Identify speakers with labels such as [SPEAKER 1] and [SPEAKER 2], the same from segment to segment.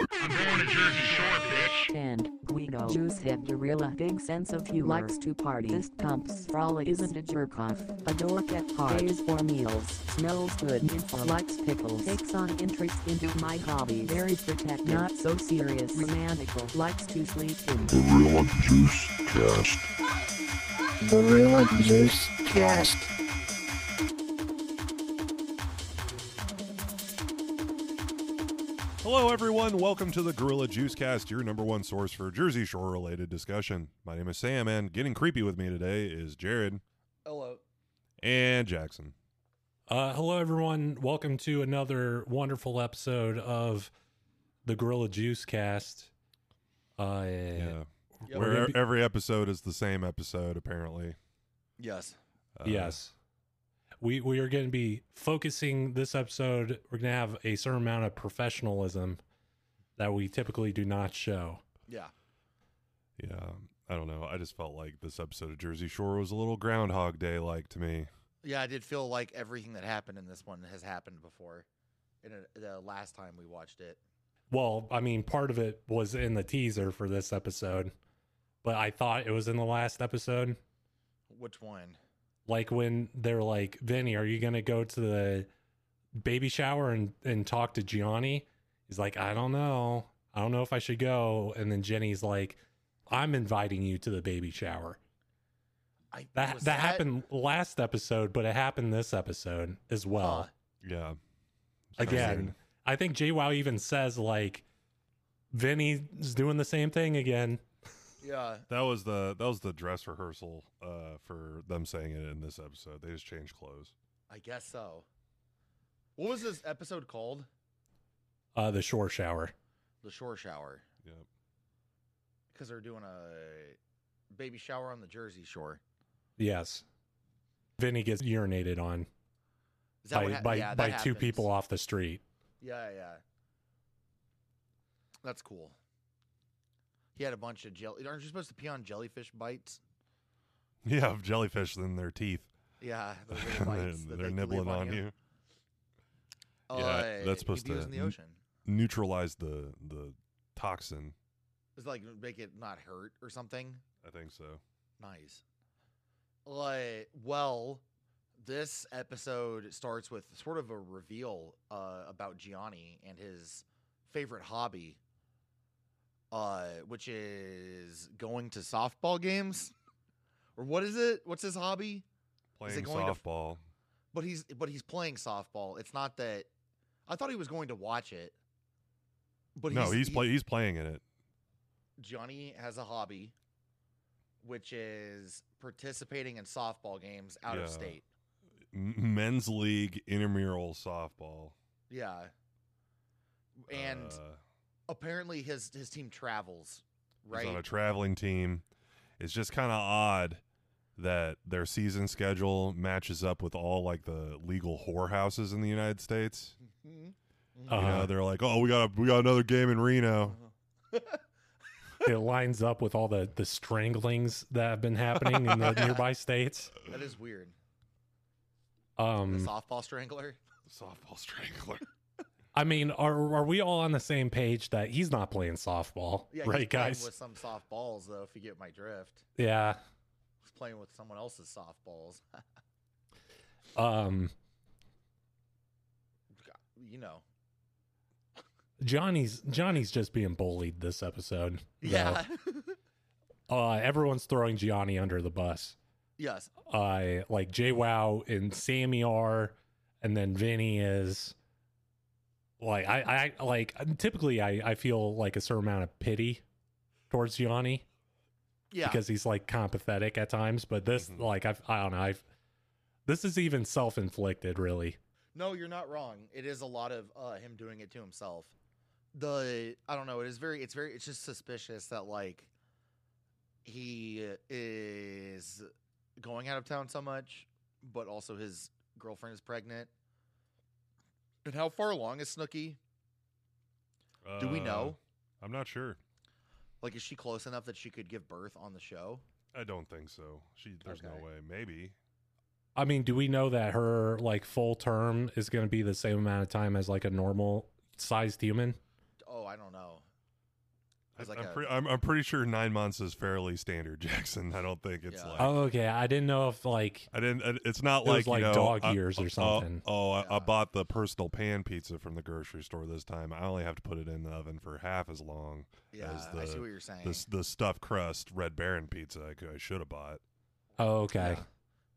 [SPEAKER 1] to Jersey Shore, bitch.
[SPEAKER 2] 10. Guido Jews have gorilla big sense of humor. Likes to party. Fist pumps. Frolic isn't a jerk off. A dork at parties or meals. Smells good. Info likes pickles. Takes on interest into my hobby. Very protective. Not so serious. Romantical. Likes to sleep in.
[SPEAKER 3] Gorilla Juice Cast.
[SPEAKER 4] Gorilla Juice Cast.
[SPEAKER 5] Hello, everyone. Welcome to the Gorilla Juice Cast, your number one source for Jersey Shore related discussion. My name is Sam, and getting creepy with me today is Jared
[SPEAKER 6] Hello.
[SPEAKER 5] and Jackson.
[SPEAKER 7] Uh, hello, everyone. Welcome to another wonderful episode of the Gorilla Juice Cast. Uh,
[SPEAKER 5] Yeah.
[SPEAKER 6] Yep.
[SPEAKER 7] We're
[SPEAKER 5] Where
[SPEAKER 7] gonna be-
[SPEAKER 5] every episode is the same episode, apparently.
[SPEAKER 6] Yes.
[SPEAKER 5] Uh,
[SPEAKER 7] yes, we we are going to be focusing this episode. We're going to have a certain amount of professionalism that we typically do not show.
[SPEAKER 6] Yeah.
[SPEAKER 5] Yeah. I don't know. I just felt like this episode of Jersey Shore was a little Groundhog Day like to me.
[SPEAKER 6] Yeah, I did feel like everything that happened in this one has happened before. In a, the last time we watched it.
[SPEAKER 7] Well, I mean, part of it was in the teaser for this episode, but I thought it was in the last episode.
[SPEAKER 6] Which one?
[SPEAKER 7] like when they're like vinny are you gonna go to the baby shower and and talk to gianni he's like i don't know i don't know if i should go and then jenny's like i'm inviting you to the baby shower
[SPEAKER 6] I
[SPEAKER 7] that
[SPEAKER 6] was
[SPEAKER 7] that happened last episode but it happened this episode as well
[SPEAKER 6] Huh.
[SPEAKER 5] Yeah.
[SPEAKER 7] again i think jwow even says like vinny's doing the same thing again
[SPEAKER 6] Yeah.
[SPEAKER 5] That was the that was the dress rehearsal uh, for them saying it in this episode. They just changed clothes.
[SPEAKER 6] I guess so. What was this episode called?
[SPEAKER 7] uh the shore shower
[SPEAKER 6] The shore shower.
[SPEAKER 5] Yep.
[SPEAKER 6] Because they're doing a baby shower on the Jersey Shore.
[SPEAKER 7] yes vinny gets urinated on
[SPEAKER 6] Is that
[SPEAKER 7] by
[SPEAKER 6] what hap-
[SPEAKER 7] by,
[SPEAKER 6] yeah, that
[SPEAKER 7] by two
[SPEAKER 6] happens.
[SPEAKER 7] people off the street
[SPEAKER 6] Yeah, yeah. That's cool. He had a bunch of jelly. Aren't you supposed to pee on jellyfish bites?
[SPEAKER 5] Yeah, jellyfish in their teeth.
[SPEAKER 6] Yeah, the
[SPEAKER 5] they're
[SPEAKER 6] little bites that
[SPEAKER 5] they're
[SPEAKER 6] they can leave
[SPEAKER 5] nibbling on,
[SPEAKER 6] you. Oh,
[SPEAKER 5] you. Yeah, that's
[SPEAKER 6] you'd
[SPEAKER 5] supposed
[SPEAKER 6] use
[SPEAKER 5] to-
[SPEAKER 6] in the
[SPEAKER 5] n-
[SPEAKER 6] ocean.
[SPEAKER 5] Neutralize the the toxin.
[SPEAKER 6] It's like make it not hurt or something.
[SPEAKER 5] I think so.
[SPEAKER 6] Nice. Like, well, this episode starts with sort of a reveal uh, about Gianni and his favorite hobby, uh, which is going to softball games, or what is it? What's his hobby? Is it
[SPEAKER 5] Playing
[SPEAKER 6] going to f-
[SPEAKER 5] softball.
[SPEAKER 6] But he's but he's playing softball. It's not that. I thought he was going to watch it. But
[SPEAKER 5] no, he's
[SPEAKER 6] he-
[SPEAKER 5] play he's playing in it.
[SPEAKER 6] Johnny has a hobby, which is participating in softball games out
[SPEAKER 5] Yeah.
[SPEAKER 6] of state.
[SPEAKER 5] M- men's league intramural softball.
[SPEAKER 6] Yeah. And
[SPEAKER 5] Uh,
[SPEAKER 6] apparently his his team travels,
[SPEAKER 5] he's on a
[SPEAKER 6] right?
[SPEAKER 5] traveling team. It's just kind of odd that their season schedule matches up with all like the legal whorehouses in the United States.
[SPEAKER 6] Mhm.
[SPEAKER 5] You know,
[SPEAKER 7] Uh-huh.
[SPEAKER 5] they're like, "Oh, we got a, we got another game in Reno."
[SPEAKER 6] Uh-huh.
[SPEAKER 7] it lines up with all the the stranglings that have been happening in the nearby states.
[SPEAKER 6] That is weird. The
[SPEAKER 7] Um,
[SPEAKER 6] softball strangler.
[SPEAKER 5] Softball strangler.
[SPEAKER 7] I mean, are are we all on the same page that he's not playing softball,
[SPEAKER 6] Yeah, he's
[SPEAKER 7] right,
[SPEAKER 6] playing
[SPEAKER 7] guys?
[SPEAKER 6] With some softballs, though, if you get my drift,
[SPEAKER 7] Yeah.
[SPEAKER 6] he's playing with someone else's softballs.
[SPEAKER 7] Um,
[SPEAKER 6] you know.
[SPEAKER 7] Johnny's Johnny's just being bullied this episode. though.
[SPEAKER 6] Yeah.
[SPEAKER 7] Uh, everyone's throwing Gianni under the bus.
[SPEAKER 6] yes.
[SPEAKER 7] Uh, like Jay Wow and Sammy are, and then Vinny is. Like I, I like typically I, I feel like a certain amount of pity towards Gianni.
[SPEAKER 6] Yeah. Mm-hmm.
[SPEAKER 7] because he's like kind of pathetic at times. But this,
[SPEAKER 5] Mhm.
[SPEAKER 7] like, I've, I don't know. I've, this is even self inflicted, really.
[SPEAKER 6] No, you're not wrong. It is a lot of uh, him doing it to himself. The I don't know. It is very. It's very. It's just suspicious that like he is going out of town so much, but also his girlfriend is pregnant. And how far along is Snooky? Do we
[SPEAKER 5] Uh,
[SPEAKER 6] know?
[SPEAKER 5] I'm not sure.
[SPEAKER 6] Like, is she close enough that she could give birth on the show?
[SPEAKER 5] I don't think so. She there's
[SPEAKER 6] Okay.
[SPEAKER 5] no way. Maybe.
[SPEAKER 7] I mean, do we know that her like full term is going to be the same amount of time as like a normal sized human?
[SPEAKER 6] Oh, I don't know. There's like
[SPEAKER 5] I'm,
[SPEAKER 6] a-
[SPEAKER 5] pre- I'm, I'm pretty sure nine months is fairly standard, Jackson. I don't think it's
[SPEAKER 6] Yeah.
[SPEAKER 5] like.
[SPEAKER 7] Oh, okay. I didn't know if like
[SPEAKER 5] I didn't. I- It's not
[SPEAKER 7] It was
[SPEAKER 5] like you know,
[SPEAKER 7] like dog
[SPEAKER 5] I-
[SPEAKER 7] years or
[SPEAKER 5] oh,
[SPEAKER 7] something.
[SPEAKER 5] Oh, I, I
[SPEAKER 6] Yeah.
[SPEAKER 5] bought the personal pan pizza from the grocery store this time. I only have to put it in the oven for half as long
[SPEAKER 6] Yeah,
[SPEAKER 5] as
[SPEAKER 6] I see
[SPEAKER 5] the-
[SPEAKER 6] what you're saying.
[SPEAKER 5] the the stuffed crust Red Baron pizza I, could- I should have bought.
[SPEAKER 7] oh okay.
[SPEAKER 6] Yeah.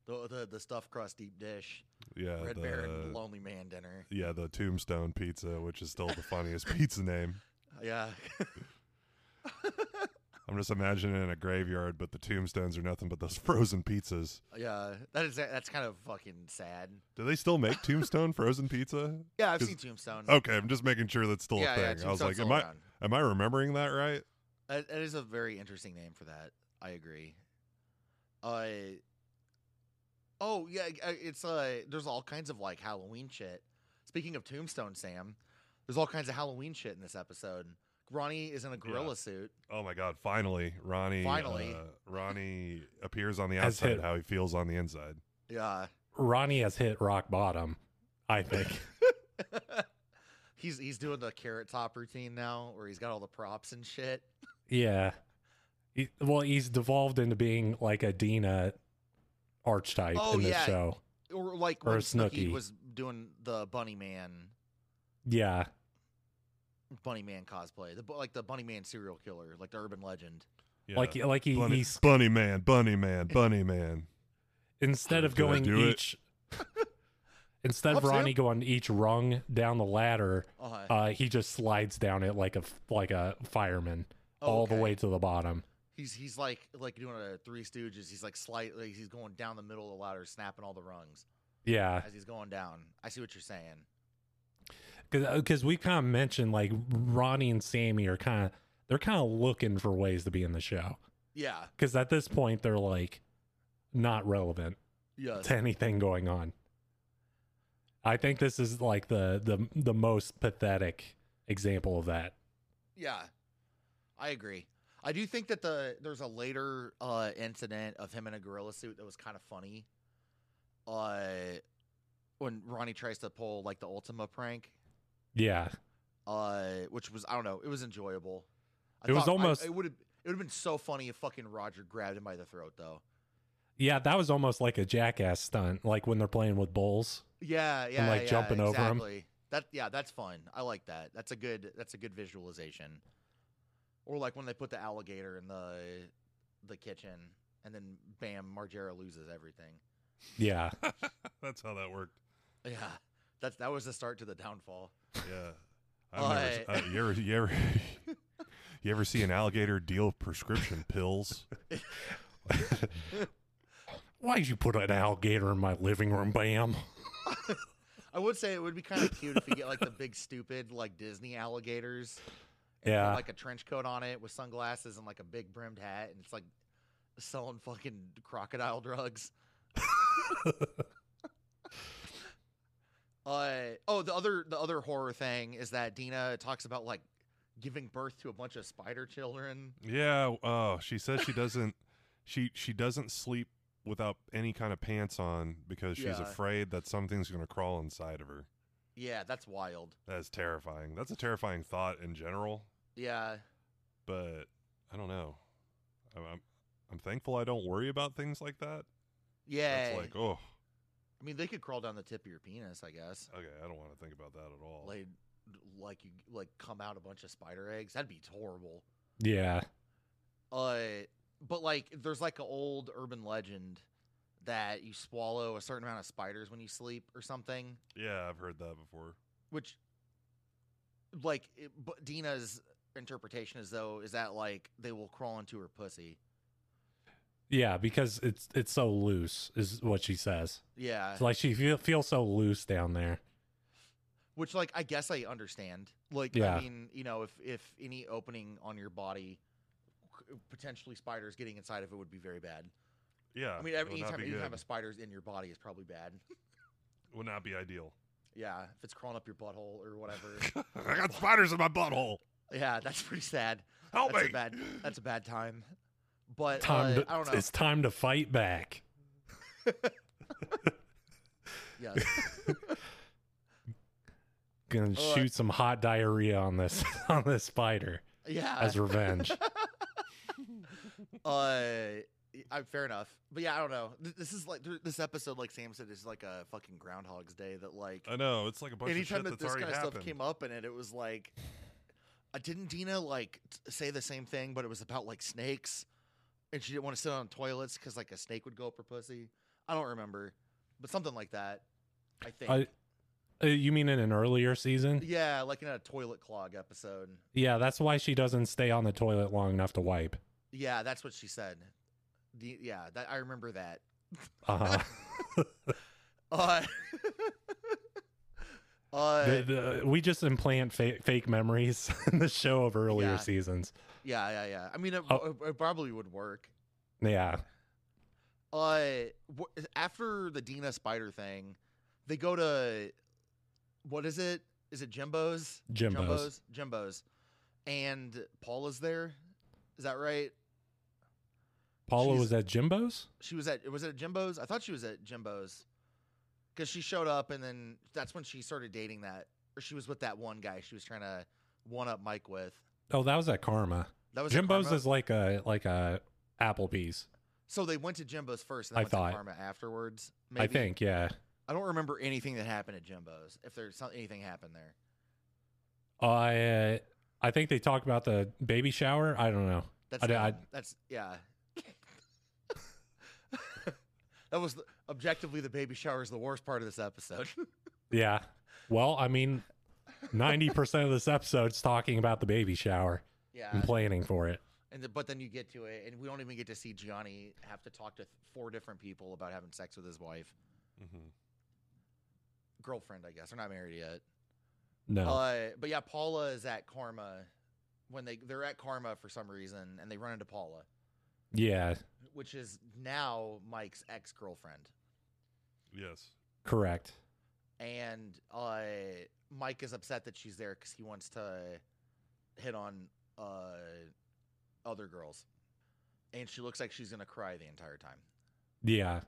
[SPEAKER 6] The, the the stuffed crust deep dish,
[SPEAKER 5] Yeah,
[SPEAKER 6] Red
[SPEAKER 5] the,
[SPEAKER 6] Baron Lonely Man dinner.
[SPEAKER 5] yeah the Tombstone pizza, which is still the funniest pizza name.
[SPEAKER 6] Yeah.
[SPEAKER 5] I'm just imagining it in a graveyard, but the tombstones are nothing but those frozen pizzas.
[SPEAKER 6] yeah, that is that's kind of fucking sad.
[SPEAKER 5] Do they still make tombstone frozen pizza?
[SPEAKER 6] Yeah, I've
[SPEAKER 5] Is-
[SPEAKER 6] seen Tombstone.
[SPEAKER 5] Okay, I'm just making sure that's still
[SPEAKER 6] yeah,
[SPEAKER 5] a
[SPEAKER 6] yeah,
[SPEAKER 5] thing. I was
[SPEAKER 6] Tombstone's
[SPEAKER 5] like,
[SPEAKER 6] still
[SPEAKER 5] am I
[SPEAKER 6] around.
[SPEAKER 5] am I remembering that right?
[SPEAKER 6] That, that is a very interesting name for that. I agree. Uh, oh yeah, I- I- it's uh, there's all kinds of like Halloween shit. Speaking of Tombstone, Sam, there's all kinds of Halloween shit in this episode. Ronnie is in a gorilla suit.
[SPEAKER 5] Oh my God! Finally, Ronnie.
[SPEAKER 6] Finally.
[SPEAKER 5] uh, Ronnie appears on the
[SPEAKER 7] As
[SPEAKER 5] outside
[SPEAKER 7] him.
[SPEAKER 5] how he feels on the inside.
[SPEAKER 6] Yeah,
[SPEAKER 7] Ronnie has hit rock bottom. I think.
[SPEAKER 6] he's he's doing the carrot top routine now, where he's got all the props and shit.
[SPEAKER 7] yeah. He, well, he's devolved into being like a Dina archetype
[SPEAKER 6] Oh,
[SPEAKER 7] in this
[SPEAKER 6] yeah.
[SPEAKER 7] show.
[SPEAKER 6] Or like
[SPEAKER 7] Or
[SPEAKER 6] when
[SPEAKER 7] a
[SPEAKER 6] Snooki
[SPEAKER 7] Snooki.
[SPEAKER 6] was doing the Bunny Man,
[SPEAKER 7] Yeah.
[SPEAKER 6] Bunny Man cosplay, the bu- like the Bunny Man serial killer, like the urban legend.
[SPEAKER 5] Yeah.
[SPEAKER 7] Like like he,
[SPEAKER 5] bunny,
[SPEAKER 7] he's
[SPEAKER 5] bunny man, bunny man, bunny man.
[SPEAKER 7] instead of
[SPEAKER 5] Did I
[SPEAKER 7] going
[SPEAKER 5] do it?
[SPEAKER 7] each instead of
[SPEAKER 6] Up, Sam.
[SPEAKER 7] Ronnie going each rung down the ladder,
[SPEAKER 6] Uh-huh.
[SPEAKER 7] uh, he just slides down it like a f- like a fireman
[SPEAKER 6] Oh,
[SPEAKER 7] all
[SPEAKER 6] okay.
[SPEAKER 7] the way to the bottom.
[SPEAKER 6] He's he's like like doing a Three Stooges. He's like slightly he's going down the middle of the ladder, snapping all the rungs
[SPEAKER 7] Yeah.
[SPEAKER 6] as he's going down. I see what you're saying.
[SPEAKER 7] because uh, we kind of mentioned like Ronnie and Sammy are kind of they're kind of looking for ways to be in the show
[SPEAKER 6] Yeah,
[SPEAKER 7] because at this point they're like not relevant
[SPEAKER 6] yeah.
[SPEAKER 7] to anything going on. I think this is like the the the most pathetic example of that.
[SPEAKER 6] Yeah, I agree. I do think that the there's a later uh, incident of him in a gorilla suit that was kind of funny. Uh, when Ronnie tries to pull like the Ultima prank,
[SPEAKER 7] Yeah,
[SPEAKER 6] uh, which was I don't know, it was enjoyable. I
[SPEAKER 7] It was
[SPEAKER 6] thought I-
[SPEAKER 7] almost-
[SPEAKER 6] it would have it would have been so funny if fucking Roger grabbed him by the throat though.
[SPEAKER 7] yeah, that was almost like a jackass stunt, like when they're playing with bulls.
[SPEAKER 6] Yeah, yeah,
[SPEAKER 7] like,
[SPEAKER 6] yeah,
[SPEAKER 7] jumping over 'em.
[SPEAKER 6] exactly. That yeah, that's fun. I like that. That's a good that's a good visualization. Or like when they put the alligator in the the kitchen and then bam, Margera loses everything.
[SPEAKER 7] Yeah,
[SPEAKER 5] That's how that worked.
[SPEAKER 6] Yeah. That's that was the start to the downfall.
[SPEAKER 5] Yeah. I've never,
[SPEAKER 6] Alright.
[SPEAKER 5] s- uh, you ever you ever you ever see an alligator deal prescription pills?
[SPEAKER 7] why'd you put an alligator in my living room? Bam.
[SPEAKER 6] I would say it would be kind of cute if you get like the big stupid like Disney alligators. and put,
[SPEAKER 7] Yeah.
[SPEAKER 6] like a trench coat on it with sunglasses and like a big brimmed hat and it's like selling fucking crocodile drugs. uh oh, the other the other horror thing is that Dina talks about like giving birth to a bunch of spider children.
[SPEAKER 5] Yeah. Oh, she says she doesn't. she she doesn't sleep without any kind of pants on because she's
[SPEAKER 6] Yeah.
[SPEAKER 5] afraid that something's going to crawl inside of her.
[SPEAKER 6] Yeah, that's wild.
[SPEAKER 5] That's terrifying. That's a terrifying thought in general.
[SPEAKER 6] Yeah.
[SPEAKER 5] But I don't know. I'm I'm, I'm thankful I don't worry about things like that.
[SPEAKER 6] Yeah.
[SPEAKER 5] It's like oh,
[SPEAKER 6] I mean, they could crawl down the tip of your penis, I guess.
[SPEAKER 5] okay. I don't want to think about that at all.
[SPEAKER 6] Like like you like come out a bunch of spider eggs. That'd be horrible.
[SPEAKER 7] Yeah,
[SPEAKER 6] Uh, but like, there's like an old urban legend that you swallow a certain amount of spiders when you sleep or something.
[SPEAKER 5] yeah, I've heard that before.
[SPEAKER 6] Which, like, it, but Dina's interpretation is though is that like they will crawl into her pussy.
[SPEAKER 7] yeah, because it's it's so loose is what she says.
[SPEAKER 6] Yeah,
[SPEAKER 7] It's like she feel, feels so loose down there.
[SPEAKER 6] which like I guess I understand. Like,
[SPEAKER 7] Yeah.
[SPEAKER 6] I mean, you know, if if any opening on your body, c- potentially spiders getting inside of it would be very bad.
[SPEAKER 5] Yeah.
[SPEAKER 6] I mean,
[SPEAKER 5] Uh, it
[SPEAKER 6] every
[SPEAKER 5] would not
[SPEAKER 6] anytime,
[SPEAKER 5] be
[SPEAKER 6] anytime
[SPEAKER 5] good.
[SPEAKER 6] a spider's in your body is probably bad.
[SPEAKER 5] would not be ideal.
[SPEAKER 6] yeah, if it's crawling up your butthole or whatever.
[SPEAKER 5] I got spiders in my butthole.
[SPEAKER 6] Yeah, that's pretty sad.
[SPEAKER 5] Help
[SPEAKER 6] that's
[SPEAKER 5] me.
[SPEAKER 6] a bad that's a bad time. But
[SPEAKER 7] Time
[SPEAKER 6] uh,
[SPEAKER 7] to,
[SPEAKER 6] I don't know.
[SPEAKER 7] It's time to fight back.
[SPEAKER 6] Yeah.
[SPEAKER 7] Gonna
[SPEAKER 6] All right.
[SPEAKER 7] shoot some hot diarrhea on this on this spider.
[SPEAKER 6] Yeah.
[SPEAKER 7] as revenge.
[SPEAKER 6] uh, I, fair enough. But yeah, I don't know. Th- This is like th- this episode, like Sam said, is like a fucking Groundhog's Day that like
[SPEAKER 5] I know it's like a bunch
[SPEAKER 6] anytime
[SPEAKER 5] of shit
[SPEAKER 6] that
[SPEAKER 5] that's
[SPEAKER 6] this
[SPEAKER 5] already
[SPEAKER 6] kind of
[SPEAKER 5] happened.
[SPEAKER 6] stuff came up in it, it was like, uh, didn't Dina like t- say the same thing, but it was about like snakes, and she didn't want to sit on toilets because like a snake would go up her pussy. I don't remember, but something like that. I think.
[SPEAKER 7] I, uh, you mean in an earlier season?
[SPEAKER 6] yeah, like in a toilet clog episode.
[SPEAKER 7] Yeah, that's why she doesn't stay on the toilet long enough to wipe.
[SPEAKER 6] Yeah, that's what she said. The, yeah, that, I remember that.
[SPEAKER 7] Uh-huh.
[SPEAKER 6] Uh, uh,
[SPEAKER 7] The- the- we just implant fa- fake memories in the show of earlier
[SPEAKER 6] Yeah.
[SPEAKER 7] seasons.
[SPEAKER 6] yeah, yeah, yeah. I mean, it,
[SPEAKER 7] Oh.
[SPEAKER 6] it probably would work.
[SPEAKER 7] Yeah,
[SPEAKER 6] Uh, wh- after the Dina Spider thing, they go to what is it? Is it Jimbo's?
[SPEAKER 7] Jimbo's.
[SPEAKER 6] Jimbo's. Jimbo's. And Paula's there. Is that right?
[SPEAKER 7] Paula
[SPEAKER 6] She's-
[SPEAKER 7] was at Jimbo's.
[SPEAKER 6] She was at was it at Jimbo's? I thought she was at Jimbo's because she showed up and then that's when she started dating that, or she was with that one guy she was trying to one up Mike with.
[SPEAKER 7] Oh, that was at Karma.
[SPEAKER 6] That was at
[SPEAKER 7] Jimbo's
[SPEAKER 6] Karma?
[SPEAKER 7] is like a like a Applebee's,
[SPEAKER 6] So they went to Jimbo's first, and then
[SPEAKER 7] I
[SPEAKER 6] went
[SPEAKER 7] thought.
[SPEAKER 6] to Karma afterwards. Maybe.
[SPEAKER 7] I think. Yeah.
[SPEAKER 6] I don't remember anything that happened at Jimbo's. If there's some, anything happened there,
[SPEAKER 7] I uh, I think they talk about the baby shower. I don't know.
[SPEAKER 6] that's
[SPEAKER 7] I d- I-
[SPEAKER 6] not- that's yeah. that was the, objectively the baby shower is the worst part of this episode.
[SPEAKER 7] Yeah. Well, I mean, ninety percent of this episode's talking about the baby shower
[SPEAKER 6] yeah,
[SPEAKER 7] and planning for it.
[SPEAKER 6] and the, but then you get to it, and we don't even get to see Gianni have to talk to th- four different people about having sex with his wife,
[SPEAKER 5] Mhm.
[SPEAKER 6] girlfriend, I guess. They're not married yet.
[SPEAKER 7] No.
[SPEAKER 6] Uh, but yeah, Paula is at Karma when they they're at Karma for some reason, and they run into Paula.
[SPEAKER 7] yeah.
[SPEAKER 6] which is now Mike's ex girlfriend.
[SPEAKER 5] Yes.
[SPEAKER 7] Correct.
[SPEAKER 6] And uh, Mike is upset that she's there because he wants to hit on uh, other girls. And she looks like she's going to cry the entire time.
[SPEAKER 7] Yeah.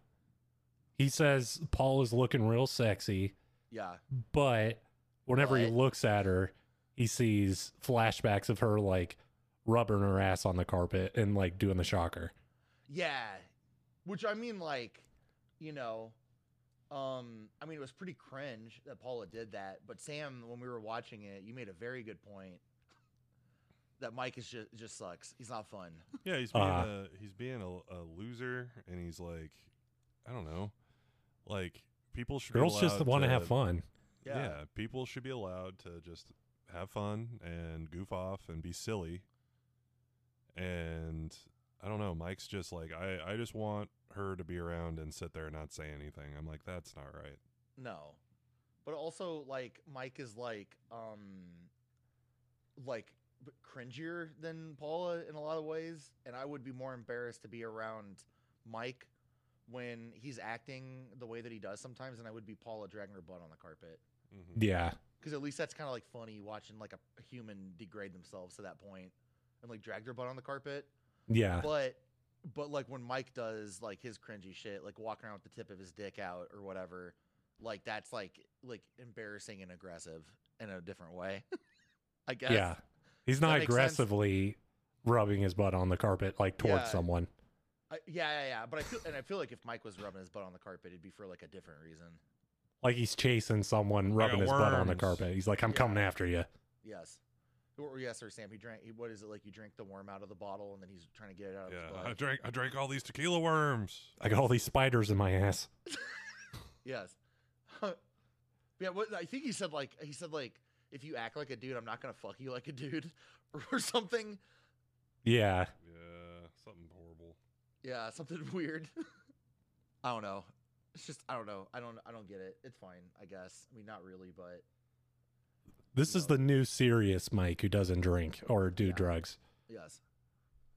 [SPEAKER 7] He says Paul is looking real sexy,
[SPEAKER 6] Yeah.
[SPEAKER 7] but whenever he
[SPEAKER 6] But-
[SPEAKER 7] looks at her, he sees flashbacks of her like rubbing her ass on the carpet and like doing the shocker.
[SPEAKER 6] Yeah. Which I mean, like, you know, um, I mean, it was pretty cringe that Paula did that. But Sam, when we were watching it, you made a very good point that Mike is just, just sucks. He's not fun.
[SPEAKER 5] Yeah, he's being
[SPEAKER 7] Uh,
[SPEAKER 5] a he's being a, a loser, and he's like, I don't know, like people should be
[SPEAKER 7] Girls just
[SPEAKER 5] allowed
[SPEAKER 7] want to have fun.
[SPEAKER 5] Yeah. people should be allowed to just have fun and goof off and be silly. And I don't know, Mike's just like I I just want her to be around and sit there and not say anything. I'm like that's not right.
[SPEAKER 6] No. But also like Mike is like um like b- cringier than Paula in a lot of ways and I would be more embarrassed to be around Mike when he's acting the way that he does sometimes than I would be Paula dragging her butt on the carpet.
[SPEAKER 5] Mm-hmm.
[SPEAKER 7] Yeah.
[SPEAKER 6] Cuz at least that's kind of like funny watching like a a human degrade themselves to that point and like drag their butt on the carpet.
[SPEAKER 7] Yeah.
[SPEAKER 6] But but like when Mike does like his cringy shit, like walking around with the tip of his dick out or whatever, like that's like like embarrassing and aggressive in a different way. I guess.
[SPEAKER 7] Yeah. He's
[SPEAKER 6] That
[SPEAKER 7] not
[SPEAKER 6] makes sense.
[SPEAKER 7] aggressively rubbing his butt on the carpet like towards
[SPEAKER 6] Yeah.
[SPEAKER 7] someone.
[SPEAKER 6] I, yeah, yeah, yeah. But I feel and I feel like if Mike was rubbing his butt on the carpet, it'd be for like a different reason.
[SPEAKER 7] Like he's chasing someone,
[SPEAKER 5] got
[SPEAKER 7] rubbing his butt on the
[SPEAKER 5] worms.
[SPEAKER 7] carpet. He's like, I'm
[SPEAKER 6] Yeah.
[SPEAKER 7] coming after you.
[SPEAKER 6] Yes. Or yes, or Sam, he drank. He, what is it like? You drink the worm out of the bottle, and then he's trying to get it out of his
[SPEAKER 5] Yeah,
[SPEAKER 6] butt.
[SPEAKER 5] I drank I drank all these tequila worms.
[SPEAKER 7] I got all these spiders in my ass.
[SPEAKER 6] Yes. yeah, what I think he said like he said like if you act like a dude, I'm not gonna fuck you like a dude or something.
[SPEAKER 7] Yeah.
[SPEAKER 5] Yeah, something horrible.
[SPEAKER 6] Yeah, something weird. I don't know. It's just I don't know. I don't I don't get it. It's fine, I guess. I mean not really, but
[SPEAKER 7] This is
[SPEAKER 6] No.
[SPEAKER 7] the new serious Mike who doesn't drink or do
[SPEAKER 6] Yeah.
[SPEAKER 7] drugs.
[SPEAKER 6] yes.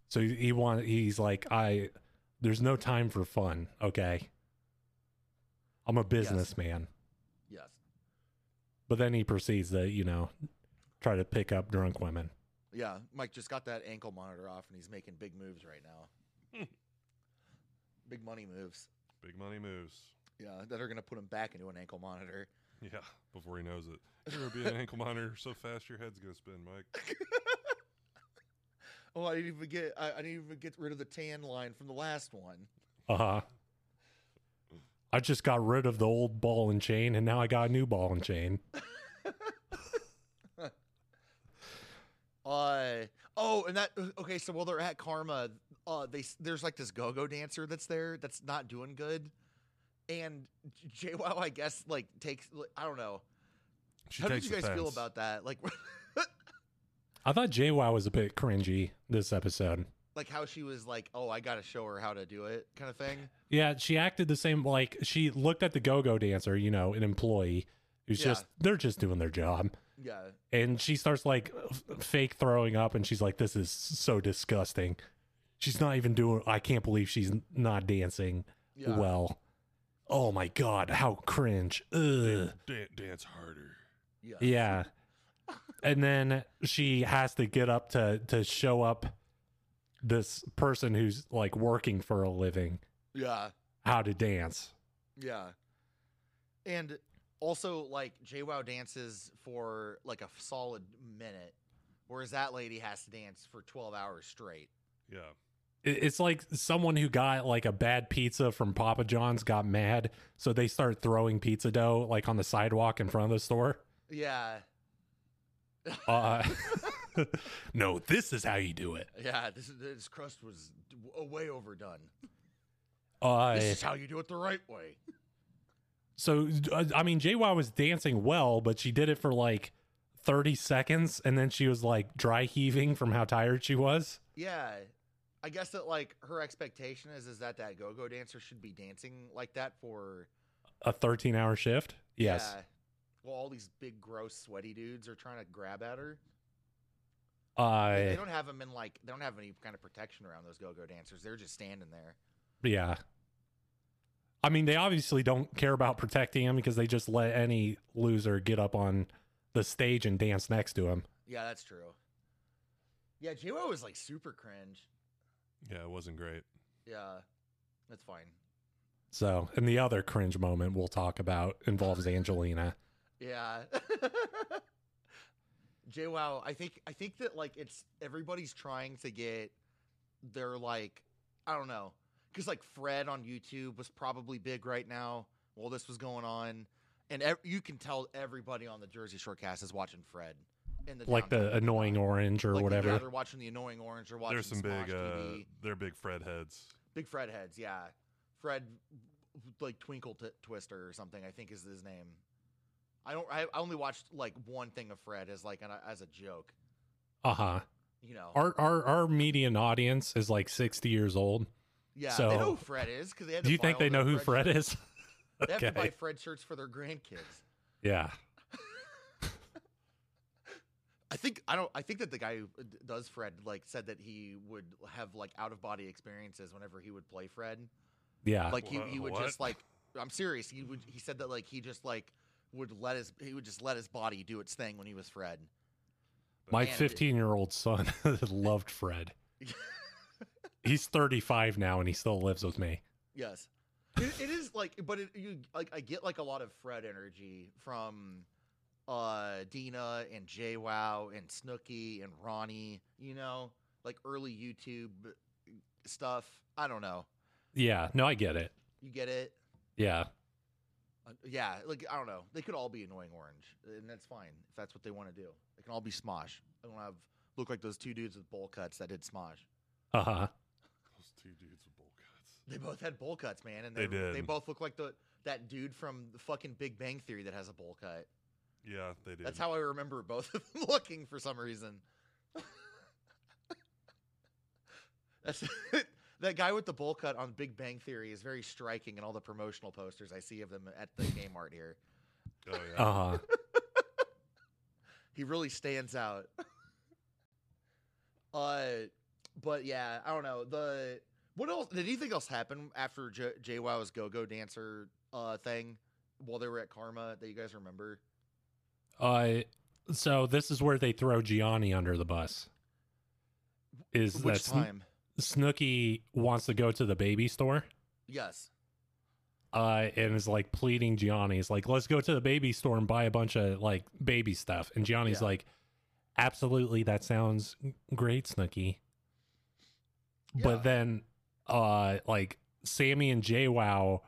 [SPEAKER 7] So he, he want he's like I there's no time for fun, okay? I'm a businessman.
[SPEAKER 6] Yes.
[SPEAKER 7] But then he proceeds to, you know, try to pick up drunk women.
[SPEAKER 6] Yeah, Mike just got that ankle monitor off and he's making big moves right now. big money moves.
[SPEAKER 5] Big money moves.
[SPEAKER 6] Yeah, that are going to put him back into an ankle monitor.
[SPEAKER 5] Yeah, before he knows it, you're gonna be an ankle monitor so fast your head's gonna spin, Mike.
[SPEAKER 6] Oh, I didn't even get. I, I didn't even get rid of the tan line from the last one.
[SPEAKER 7] Uh huh. I just got rid of the old ball and chain, and now I got a new ball and chain.
[SPEAKER 6] Uh oh, and that okay. So while they're at Karma, uh, they s- there's like this go-go dancer that's there that's not doing good, and JWoww I guess like takes like, I don't know.
[SPEAKER 5] She
[SPEAKER 6] How did
[SPEAKER 5] takes
[SPEAKER 6] you guys feel
[SPEAKER 5] offense.
[SPEAKER 6] about that? Like,
[SPEAKER 7] I thought JWoww was a bit cringy this episode.
[SPEAKER 6] like how she was like, oh, I gotta show her how to do it, kind of thing.
[SPEAKER 7] Yeah, she acted the same. Like she looked at the go-go dancer, you know, an employee who's
[SPEAKER 6] Yeah.
[SPEAKER 7] just they're just doing their job,
[SPEAKER 6] Yeah,
[SPEAKER 7] and she starts like f- fake throwing up, and she's like, "This is so disgusting." She's not even doing. I can't believe she's n- not dancing
[SPEAKER 6] yeah.
[SPEAKER 7] well. Oh my god, how cringe! Ugh.
[SPEAKER 5] Dan- dance harder.
[SPEAKER 6] yeah,
[SPEAKER 7] Yeah. And then she has to get up to to show up this person who's like working for a living
[SPEAKER 6] yeah.
[SPEAKER 7] how to dance.
[SPEAKER 6] Yeah. And also, like, JWoww dances for like a solid minute, whereas that lady has to dance for 12 hours straight.
[SPEAKER 5] Yeah.
[SPEAKER 7] It- It's like someone who got like a bad pizza from Papa John's got mad, so they start throwing pizza dough like on the sidewalk in front of the store.
[SPEAKER 6] Yeah.
[SPEAKER 7] Uh, no, this is how you do it.
[SPEAKER 6] Yeah. This, this crust was d- w- way overdone. This
[SPEAKER 7] Uh,
[SPEAKER 6] is how you do it the right way.
[SPEAKER 7] so uh, I mean, JY was dancing well, but she did it for like thirty seconds, and then she was like dry heaving from how tired she was.
[SPEAKER 6] Yeah. I guess that like her expectation is is that that go-go dancer should be dancing like that for
[SPEAKER 7] a 13 hour shift yes
[SPEAKER 6] yeah. Well, all these big, gross, sweaty dudes are trying to grab at her. They-
[SPEAKER 7] uh
[SPEAKER 6] they don't have them in like they don't have any kind of protection around those go-go dancers. They're just standing there.
[SPEAKER 7] yeah i mean they obviously don't care about protecting him because they just let any loser get up on the stage and dance next to him
[SPEAKER 6] Yeah, that's true. Yeah, JWo was like super cringe.
[SPEAKER 5] Yeah, it wasn't great.
[SPEAKER 6] Yeah, that's fine.
[SPEAKER 7] so and the other cringe moment we'll talk about involves angelina
[SPEAKER 6] Yeah. JWoww, I think I think that like it's everybody's trying to get their like I don't know because like Fred on YouTube was probably big right now while this was going on, and ev- you can tell everybody on the Jersey Shore cast is watching Fred in the
[SPEAKER 7] like the
[SPEAKER 6] downtime.
[SPEAKER 7] annoying orange or
[SPEAKER 6] Like,
[SPEAKER 7] whatever
[SPEAKER 6] Yeah, they're watching the annoying orange. They're watching
[SPEAKER 5] There's some
[SPEAKER 6] Smosh
[SPEAKER 5] big, uh,
[SPEAKER 6] TV.
[SPEAKER 5] they're big Fred heads.
[SPEAKER 6] Big Fred heads, yeah. Fred, like Twinkle T- Twister or something, I think is his name. I don't. I I only watched like one thing of Fred as like an, as a joke,
[SPEAKER 7] uh-huh
[SPEAKER 6] you know.
[SPEAKER 7] our, our our median audience is like 60 years old
[SPEAKER 6] yeah,
[SPEAKER 7] so-
[SPEAKER 6] they know who Fred is because they. Had
[SPEAKER 7] do
[SPEAKER 6] to
[SPEAKER 7] you
[SPEAKER 6] buy
[SPEAKER 7] think
[SPEAKER 6] all
[SPEAKER 7] they
[SPEAKER 6] their
[SPEAKER 7] know who fred
[SPEAKER 6] shirts.
[SPEAKER 7] is
[SPEAKER 6] They have to buy
[SPEAKER 7] Okay.
[SPEAKER 6] Fred shirts for their grandkids.
[SPEAKER 7] yeah
[SPEAKER 6] I think I don't. I think that the guy who d- does Fred like said that he would have like out of body experiences whenever he would play Fred.
[SPEAKER 7] yeah
[SPEAKER 6] like he,
[SPEAKER 5] Wha-
[SPEAKER 6] he would
[SPEAKER 5] what?
[SPEAKER 6] just like i'm serious he would he said that like he just like would let his he would just let his body do its thing when he was fred
[SPEAKER 7] My
[SPEAKER 6] Man, it-
[SPEAKER 7] 15 year old son loved Fred. He's 35 now and he still lives with me.
[SPEAKER 6] yes it, it is like but it, you like i get like a lot of fred energy from uh dina and jay wow and snooky and ronnie you know like early youtube stuff i don't know
[SPEAKER 7] Yeah, no, I get it.
[SPEAKER 6] you get it
[SPEAKER 7] Yeah.
[SPEAKER 6] Uh, yeah like i don't know they could all be annoying orange and that's fine if that's what they want to do they can all be smosh i don't have look like those two dudes with bowl cuts that did smosh
[SPEAKER 7] Uh huh.
[SPEAKER 5] Those two dudes with bowl cuts.
[SPEAKER 6] they both had bowl cuts man and
[SPEAKER 5] They
[SPEAKER 6] they, they
[SPEAKER 5] did.
[SPEAKER 6] both look like the that dude from the fucking big bang theory that has a bowl cut
[SPEAKER 5] Yeah, they did.
[SPEAKER 6] that's how i remember both of them looking for some reason that's that guy with the bowl cut on big bang theory is very striking in all the promotional posters i see of them at the game art here
[SPEAKER 5] Oh, yeah.
[SPEAKER 7] Uh huh.
[SPEAKER 6] he really stands out. uh, but yeah, I don't know. The what else? Did anything else happen after J- JWoww's Go Go Dancer uh thing while they were at Karma that you guys remember?
[SPEAKER 7] Uh, so this is where they throw Gianni under the bus. Is that
[SPEAKER 6] Which
[SPEAKER 7] Sn-
[SPEAKER 6] time?
[SPEAKER 7] Snooky wants to go to the baby store?
[SPEAKER 6] Yes.
[SPEAKER 7] Uh, and is like pleading Gianni. Is like, let's go to the baby store and buy a bunch of like baby stuff. And Gianni's
[SPEAKER 6] Yeah.
[SPEAKER 7] like, absolutely, that sounds great, Snooky. but then uh like Sammy and JWoww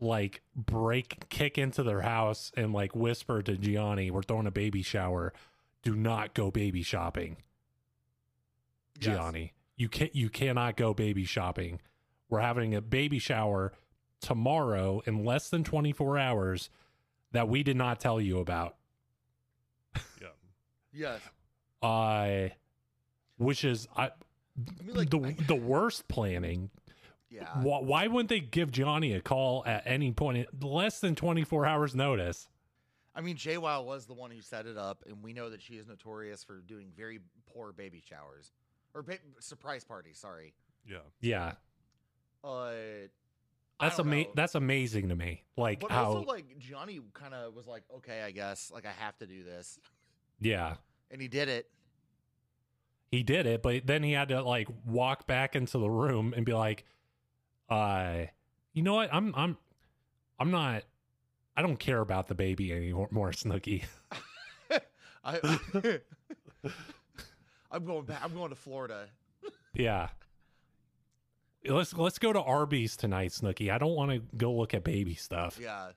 [SPEAKER 7] like break kick into their house and like whisper to Gianni, "We're throwing a baby shower. Do not go baby shopping,
[SPEAKER 6] Yes.
[SPEAKER 7] Gianni. You can not you cannot go baby shopping. We're having a baby shower tomorrow in less than 24 hours that we did not tell you about."
[SPEAKER 5] Yeah.
[SPEAKER 6] Yes.
[SPEAKER 7] Uh which is I
[SPEAKER 6] I mean, like,
[SPEAKER 7] the
[SPEAKER 6] I-
[SPEAKER 7] the worst planning
[SPEAKER 6] yeah.
[SPEAKER 7] why, why wouldn't they give Johnny a call at any point, in- less than 24 hours notice?
[SPEAKER 6] I mean, JWoww was the one who set it up, and we know that she is notorious for doing very poor baby showers or ba- surprise parties. Sorry.
[SPEAKER 5] Yeah.
[SPEAKER 7] Yeah,
[SPEAKER 6] Uh, I
[SPEAKER 7] that's
[SPEAKER 6] don't
[SPEAKER 7] ama-
[SPEAKER 6] know.
[SPEAKER 7] that's amazing to me. Like
[SPEAKER 6] but
[SPEAKER 7] how,
[SPEAKER 6] also like Johnny kind of was like, okay, I guess like I have to do this,
[SPEAKER 7] yeah,
[SPEAKER 6] and he did it.
[SPEAKER 7] he did it, but then he had to like walk back into the room and be like, "Uh, you know what? I'm I'm I'm not. I don't care about the baby anymore, more Snooky.
[SPEAKER 6] I, I'm going back. I'm going to Florida.
[SPEAKER 7] yeah." Let's let's go to Arby's tonight, Snooky. I don't want to go look at baby stuff.
[SPEAKER 6] Yeah.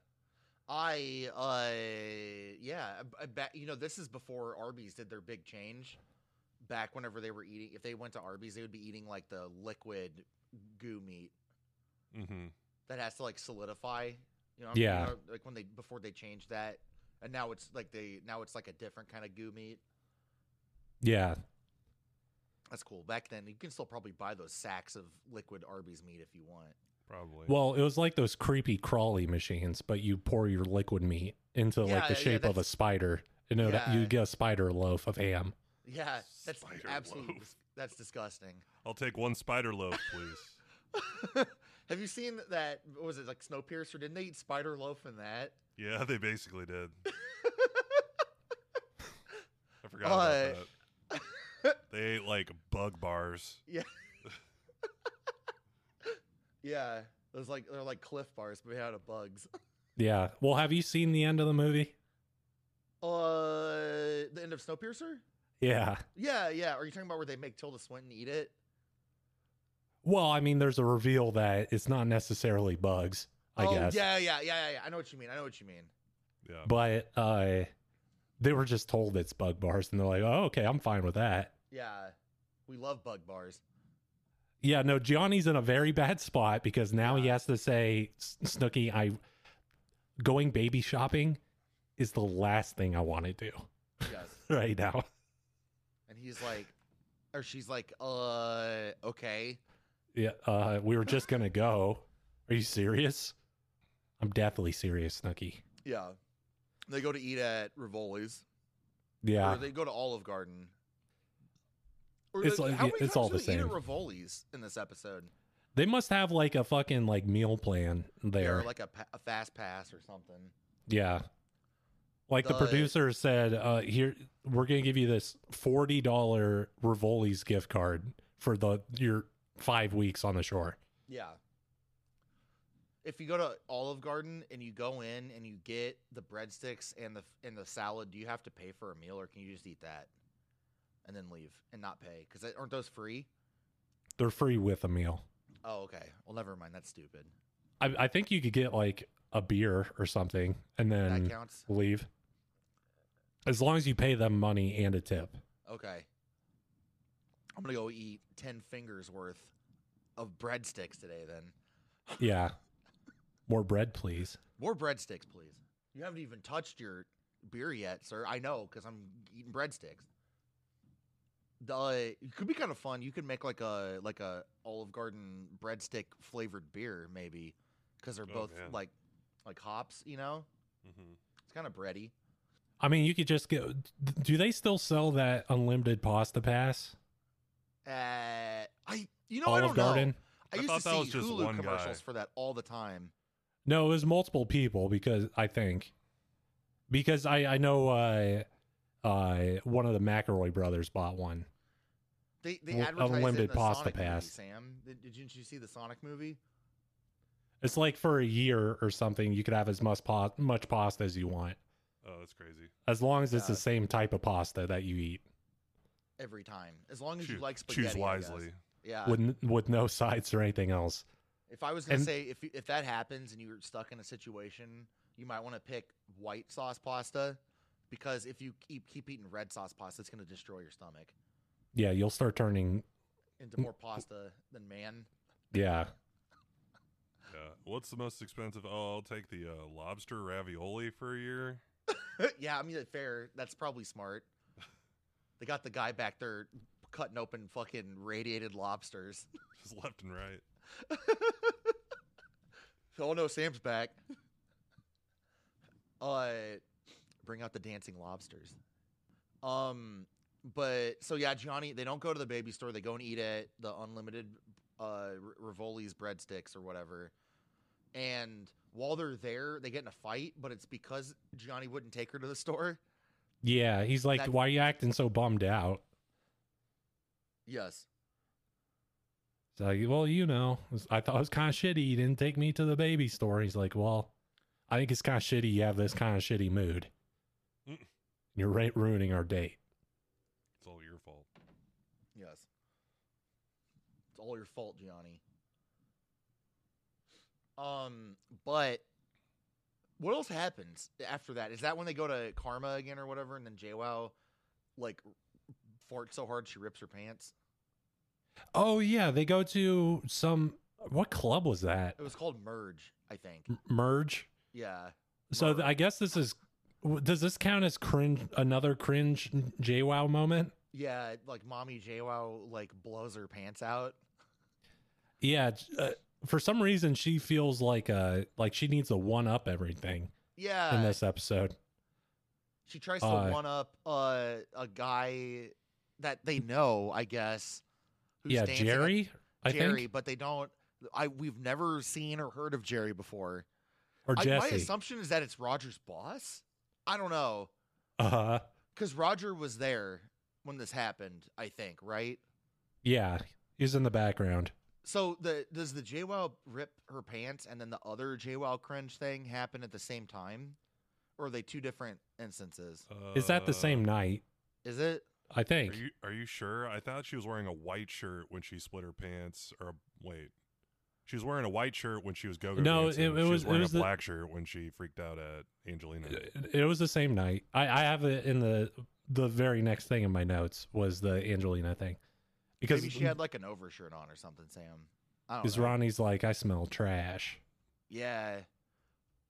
[SPEAKER 6] I uh yeah, I, I bet you know this is before Arby's did their big change. Back whenever they were eating, if they went to Arby's, they would be eating like the liquid goo meat
[SPEAKER 5] Mm-hmm.
[SPEAKER 6] that has to like solidify. You know,
[SPEAKER 7] Yeah.
[SPEAKER 6] you know, like when they before they changed that, and now it's like they now it's like a different kind of goo meat.
[SPEAKER 7] yeah.
[SPEAKER 6] That's cool. Back then, you can still probably buy those sacks of liquid Arby's meat if you want.
[SPEAKER 5] Probably.
[SPEAKER 7] Well, it was like those creepy crawly machines, but you pour your liquid meat into
[SPEAKER 6] Yeah,
[SPEAKER 7] like the
[SPEAKER 6] yeah,
[SPEAKER 7] shape of a
[SPEAKER 6] that's-
[SPEAKER 7] spider. You know, that
[SPEAKER 6] Yeah.
[SPEAKER 7] you get a spider loaf of ham.
[SPEAKER 6] Yeah, that's
[SPEAKER 5] Spider
[SPEAKER 6] absolutely
[SPEAKER 5] loaf.
[SPEAKER 6] that's disgusting.
[SPEAKER 5] I'll take one spider loaf, please.
[SPEAKER 6] Have you seen that? What was it like Snowpiercer? Didn't they eat spider loaf in that?
[SPEAKER 5] yeah, they basically did. I forgot
[SPEAKER 6] Uh,
[SPEAKER 5] about that. They ate like bug bars.
[SPEAKER 6] Yeah, it was like they're like Cliff Bars, but made out of bugs.
[SPEAKER 7] Yeah. Well, have you seen the end of the movie?
[SPEAKER 6] Uh, the end of Snowpiercer.
[SPEAKER 7] Yeah.
[SPEAKER 6] Yeah, yeah. Are you talking about where they make Tilda Swinton eat it?
[SPEAKER 7] Well, I mean, there's a reveal that it's not necessarily bugs, I
[SPEAKER 6] oh,
[SPEAKER 7] guess.
[SPEAKER 6] Yeah, yeah, yeah, yeah, yeah. I know what you mean. I know what you mean.
[SPEAKER 5] Yeah.
[SPEAKER 7] But uh, they were just told it's bug bars, and they're like, oh, okay, I'm fine with that.
[SPEAKER 6] Yeah, we love bug bars.
[SPEAKER 7] Yeah, no, Gianni's in a very bad spot because now he
[SPEAKER 6] Yeah.
[SPEAKER 7] has to say, "S- Snooky, I going baby shopping is the last thing I want to do
[SPEAKER 6] Yes.
[SPEAKER 7] right now.
[SPEAKER 6] And he's like, or she's like, uh, okay.
[SPEAKER 7] Yeah, uh, we were just gonna go. Are you serious? I'm deathly serious, Snooky.
[SPEAKER 6] Yeah. They go to eat at Rivoli's.
[SPEAKER 7] Yeah,
[SPEAKER 6] Or they go to Olive Garden. Or
[SPEAKER 7] It's
[SPEAKER 6] like,
[SPEAKER 7] like-
[SPEAKER 6] how
[SPEAKER 7] yeah,
[SPEAKER 6] many
[SPEAKER 7] it's
[SPEAKER 6] times
[SPEAKER 7] all
[SPEAKER 6] do
[SPEAKER 7] the
[SPEAKER 6] they eat at
[SPEAKER 7] same.
[SPEAKER 6] Rivoli's in this episode?
[SPEAKER 7] they must have like a fucking like meal plan
[SPEAKER 6] Yeah,
[SPEAKER 7] there.
[SPEAKER 6] Or
[SPEAKER 7] Yeah,
[SPEAKER 6] like a, pa- a fast pass or something.
[SPEAKER 7] like the
[SPEAKER 6] The-
[SPEAKER 7] producer said, uh, "Here, we're gonna give you this forty dollar Rivoli's gift card for the your five weeks on the shore."
[SPEAKER 6] Yeah. If you go to Olive Garden and you go in and you get the breadsticks and the and the salad, do you have to pay for a meal or can you just eat that and then leave and not pay? Because aren't those free?
[SPEAKER 7] They're free with a meal.
[SPEAKER 6] Oh, okay. Well, never mind. That's stupid.
[SPEAKER 7] I, I think you could get like a beer or something and
[SPEAKER 6] That
[SPEAKER 7] then
[SPEAKER 6] counts.
[SPEAKER 7] leave, as long as you pay them money and a tip.
[SPEAKER 6] Okay. I'm gonna go eat ten fingers worth of breadsticks today. Then
[SPEAKER 7] Yeah. More bread, please.
[SPEAKER 6] more breadsticks, please. You haven't even touched your beer yet, sir. I know because I'm eating breadsticks. The it could be kind of fun. You could make like a like a Olive Garden breadstick flavored beer, maybe, because they're
[SPEAKER 5] Oh,
[SPEAKER 6] both
[SPEAKER 5] man.
[SPEAKER 6] like like hops. You know,
[SPEAKER 5] Mm-hmm.
[SPEAKER 6] it's kind of bready.
[SPEAKER 7] I mean, you could just get. Do they still sell that unlimited pasta pass?
[SPEAKER 6] Uh, I you know I don't
[SPEAKER 7] Olive Garden?
[SPEAKER 6] know. I,
[SPEAKER 5] I
[SPEAKER 6] used
[SPEAKER 5] thought
[SPEAKER 6] to
[SPEAKER 5] that
[SPEAKER 6] see
[SPEAKER 5] was just
[SPEAKER 6] Hulu
[SPEAKER 5] one guy.
[SPEAKER 6] commercials for that all the time.
[SPEAKER 7] No, it was multiple people because I think because I I know uh, uh one of the McElroy brothers bought one.
[SPEAKER 6] They they
[SPEAKER 7] Well,
[SPEAKER 6] advertised it in
[SPEAKER 7] unlimited
[SPEAKER 6] the
[SPEAKER 7] pasta
[SPEAKER 6] Sonic
[SPEAKER 7] pass.
[SPEAKER 6] Movie, Sam, did, didn't you see the Sonic movie?
[SPEAKER 7] It's like for a year or something, you could have as much pa- much pasta as you want,
[SPEAKER 5] Oh, that's crazy.
[SPEAKER 7] as long as it's
[SPEAKER 6] Yeah.
[SPEAKER 7] the same type of pasta that you eat.
[SPEAKER 6] Every time, as long as
[SPEAKER 5] Choo-
[SPEAKER 6] you like spaghetti.
[SPEAKER 5] choose
[SPEAKER 6] I guess.
[SPEAKER 5] wisely.
[SPEAKER 6] Yeah.
[SPEAKER 7] with n- with no sides or anything else.
[SPEAKER 6] if I was gonna
[SPEAKER 7] and-
[SPEAKER 6] say if you- if that happens and you're stuck in a situation, you might want to pick white sauce pasta because if you keep keep eating red sauce pasta, it's gonna destroy your stomach
[SPEAKER 7] Yeah, you'll start turning.
[SPEAKER 6] into more pasta than man.
[SPEAKER 7] Yeah,
[SPEAKER 5] Yeah. What's the most expensive? Oh, I'll take the uh, lobster ravioli for a year.
[SPEAKER 6] yeah, I mean fair. That's probably smart. They got the guy back there cutting open fucking radiated lobsters.
[SPEAKER 5] Just left and right.
[SPEAKER 6] oh no, Sam's back. Uh, bring out the dancing lobsters. Um, but so yeah, Johnny, they don't go to the baby store. They go and eat at the unlimited uh R- Rivoli's breadsticks or whatever. And while they're there, they get in a fight, but it's because Johnny wouldn't take her to the store.
[SPEAKER 7] yeah. He's like,
[SPEAKER 6] That-
[SPEAKER 7] "Why are you acting so bummed out?"
[SPEAKER 6] Yes.
[SPEAKER 7] It's like, well, you know, I thought it was kind of shitty. You didn't take me to the baby store. He's like, well, I think it's kind of shitty. You have this kind of shitty mood.
[SPEAKER 5] Mm.
[SPEAKER 7] You're ri- ruining our date.
[SPEAKER 5] It's all your fault.
[SPEAKER 6] Yes. It's all your fault, Gianni. Um, but what else happens after that? Is that when they go to Karma again or whatever, and then JWoww like farts so hard she rips her pants?
[SPEAKER 7] Oh yeah, they go to some what club was that?
[SPEAKER 6] It was called Merge, I think.
[SPEAKER 7] M- Merge.
[SPEAKER 6] Yeah.
[SPEAKER 7] So th- I guess this is. w- Does this count as cringe? Another cringe JWoww moment?
[SPEAKER 6] Yeah, like mommy JWoww like blows her pants out.
[SPEAKER 7] Yeah. j- Uh, for some reason, she feels like uh like she needs to one up everything
[SPEAKER 6] Yeah.
[SPEAKER 7] in this episode.
[SPEAKER 6] She tries to
[SPEAKER 7] Uh,
[SPEAKER 6] one up uh, a guy that they know, I guess. who's
[SPEAKER 7] Yeah,
[SPEAKER 6] dancing on-
[SPEAKER 7] Jerry. I
[SPEAKER 6] Jerry,
[SPEAKER 7] think
[SPEAKER 6] but they don't. I we've never seen or heard of Jerry before.
[SPEAKER 7] or
[SPEAKER 6] I, my
[SPEAKER 7] Jesse.
[SPEAKER 6] assumption is that it's Roger's boss. I don't know
[SPEAKER 7] Uh huh.
[SPEAKER 6] because Roger was there when this happened. I think right.
[SPEAKER 7] Yeah, he's in the background.
[SPEAKER 6] So the does the JWoww rip her pants and then the other JWoww cringe thing happen at the same time, or are they two different instances?
[SPEAKER 7] Is that the same
[SPEAKER 5] Uh,
[SPEAKER 7] night?
[SPEAKER 6] Is it?
[SPEAKER 7] I
[SPEAKER 5] Are
[SPEAKER 7] think.
[SPEAKER 5] you are you sure? I thought she was wearing a white shirt when she split her pants. Or wait, she was wearing a white shirt when she was go go.
[SPEAKER 7] No,
[SPEAKER 5] dancing.
[SPEAKER 7] it-
[SPEAKER 5] she
[SPEAKER 7] it was-
[SPEAKER 5] was
[SPEAKER 7] it
[SPEAKER 5] wearing
[SPEAKER 7] was
[SPEAKER 5] a
[SPEAKER 7] the-
[SPEAKER 5] black shirt when she freaked out at Angelina.
[SPEAKER 7] It- It was the same night. I, I have it in the the very next thing in my notes was the Angelina thing because
[SPEAKER 6] Maybe she had like an overshirt on or something. Sam, I don't
[SPEAKER 7] because
[SPEAKER 6] know.
[SPEAKER 7] Ronnie's like I smell trash.
[SPEAKER 6] Yeah.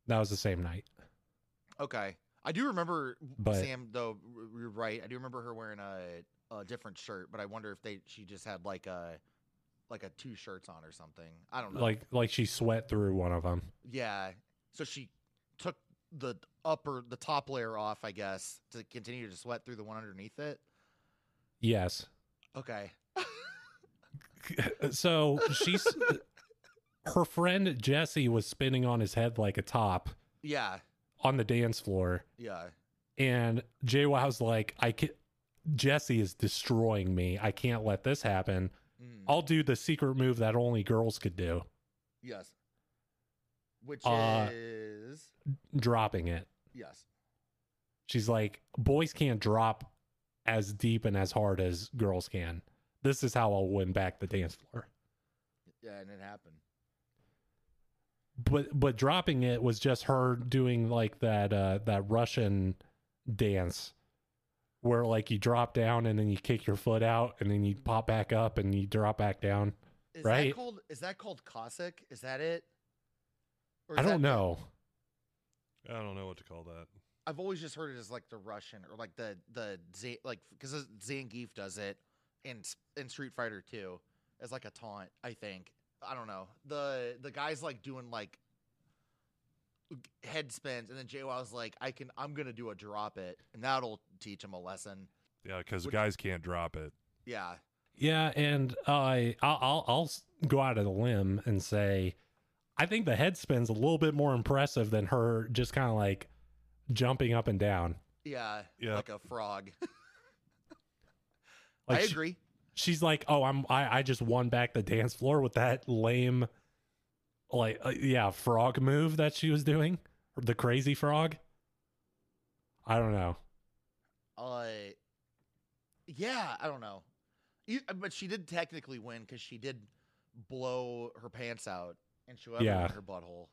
[SPEAKER 7] That was the same night.
[SPEAKER 6] Okay. I do remember
[SPEAKER 7] But-
[SPEAKER 6] Sam though r- you're right. I do remember her wearing a a different shirt, but I wonder if they she just had like a like a two shirts on or something. I don't know.
[SPEAKER 7] Like like she sweat through one of them.
[SPEAKER 6] yeah. So she took the upper the top layer off, I guess, to continue to sweat through the one underneath it.
[SPEAKER 7] Yes.
[SPEAKER 6] Okay.
[SPEAKER 7] So she's her friend Jesse was spinning on his head like a top
[SPEAKER 6] Yeah.
[SPEAKER 7] on the dance floor,
[SPEAKER 6] Yeah.
[SPEAKER 7] and JWoww's like I can. Jesse is destroying me. I can't let this happen.
[SPEAKER 6] Mm,
[SPEAKER 7] I'll do the secret move that only girls could do,
[SPEAKER 6] yes. Which
[SPEAKER 7] Uh,
[SPEAKER 6] is
[SPEAKER 7] dropping it.
[SPEAKER 6] yes.
[SPEAKER 7] She's like, boys can't drop as deep and as hard as girls can. This is how I'll win back the dance floor.
[SPEAKER 6] Yeah, and it happened.
[SPEAKER 7] But but dropping it was just her doing like that uh that Russian dance where like you drop down and then you kick your foot out and then you pop back up and you drop back down.
[SPEAKER 6] Is
[SPEAKER 7] Right.
[SPEAKER 6] that called is that called Cossack? Is that it? Or
[SPEAKER 7] I
[SPEAKER 6] is
[SPEAKER 7] don't
[SPEAKER 6] that-
[SPEAKER 7] know.
[SPEAKER 5] I don't know what to call that.
[SPEAKER 6] I've always just heard it as like the Russian or like the the Z, like because Zangief does it in S- in Street Fighter Two as like a taunt. I think I don't know the the guy's like doing like g- head spins and then JWoww's like I can I'm gonna do a drop it and that'll teach him a lesson.
[SPEAKER 5] Yeah, because
[SPEAKER 6] Which-
[SPEAKER 5] guys can't drop it.
[SPEAKER 6] Yeah,
[SPEAKER 7] Yeah, and I I'll, I'll I'll s- go out on a limb and say, I think the head spin's a little bit more impressive than her just kind of like jumping up and down.
[SPEAKER 6] yeah,
[SPEAKER 5] Yeah.
[SPEAKER 6] like a frog.
[SPEAKER 7] Like
[SPEAKER 6] I
[SPEAKER 7] she-
[SPEAKER 6] agree.
[SPEAKER 7] she's like, oh, I'm I, I just won back the dance floor with that lame, like uh, yeah, frog move that she was doing, the crazy frog. I don't know.
[SPEAKER 6] Uh, yeah, I don't know. E- But she did technically win because she did blow her pants out and she went
[SPEAKER 7] Yeah.
[SPEAKER 6] her butthole.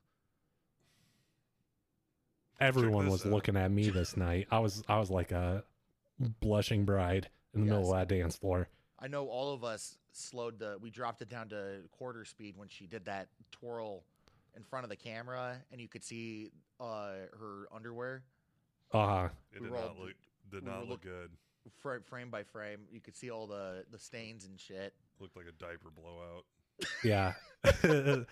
[SPEAKER 7] Everyone
[SPEAKER 5] this
[SPEAKER 7] was
[SPEAKER 5] out.
[SPEAKER 7] looking at me this night. I was I was like a blushing bride in the middle of that dance floor.
[SPEAKER 6] I know all of us slowed the we dropped it down to quarter speed when she did that twirl in front of the camera and you could see uh her underwear
[SPEAKER 7] Uh
[SPEAKER 5] It
[SPEAKER 6] We
[SPEAKER 5] did
[SPEAKER 6] were all
[SPEAKER 5] not
[SPEAKER 6] d-
[SPEAKER 5] look did
[SPEAKER 6] we were
[SPEAKER 5] not look
[SPEAKER 6] look-
[SPEAKER 5] good.
[SPEAKER 6] fra- frame by frame you could see all the the stains and shit
[SPEAKER 5] Looked like a diaper blowout.
[SPEAKER 7] yeah. it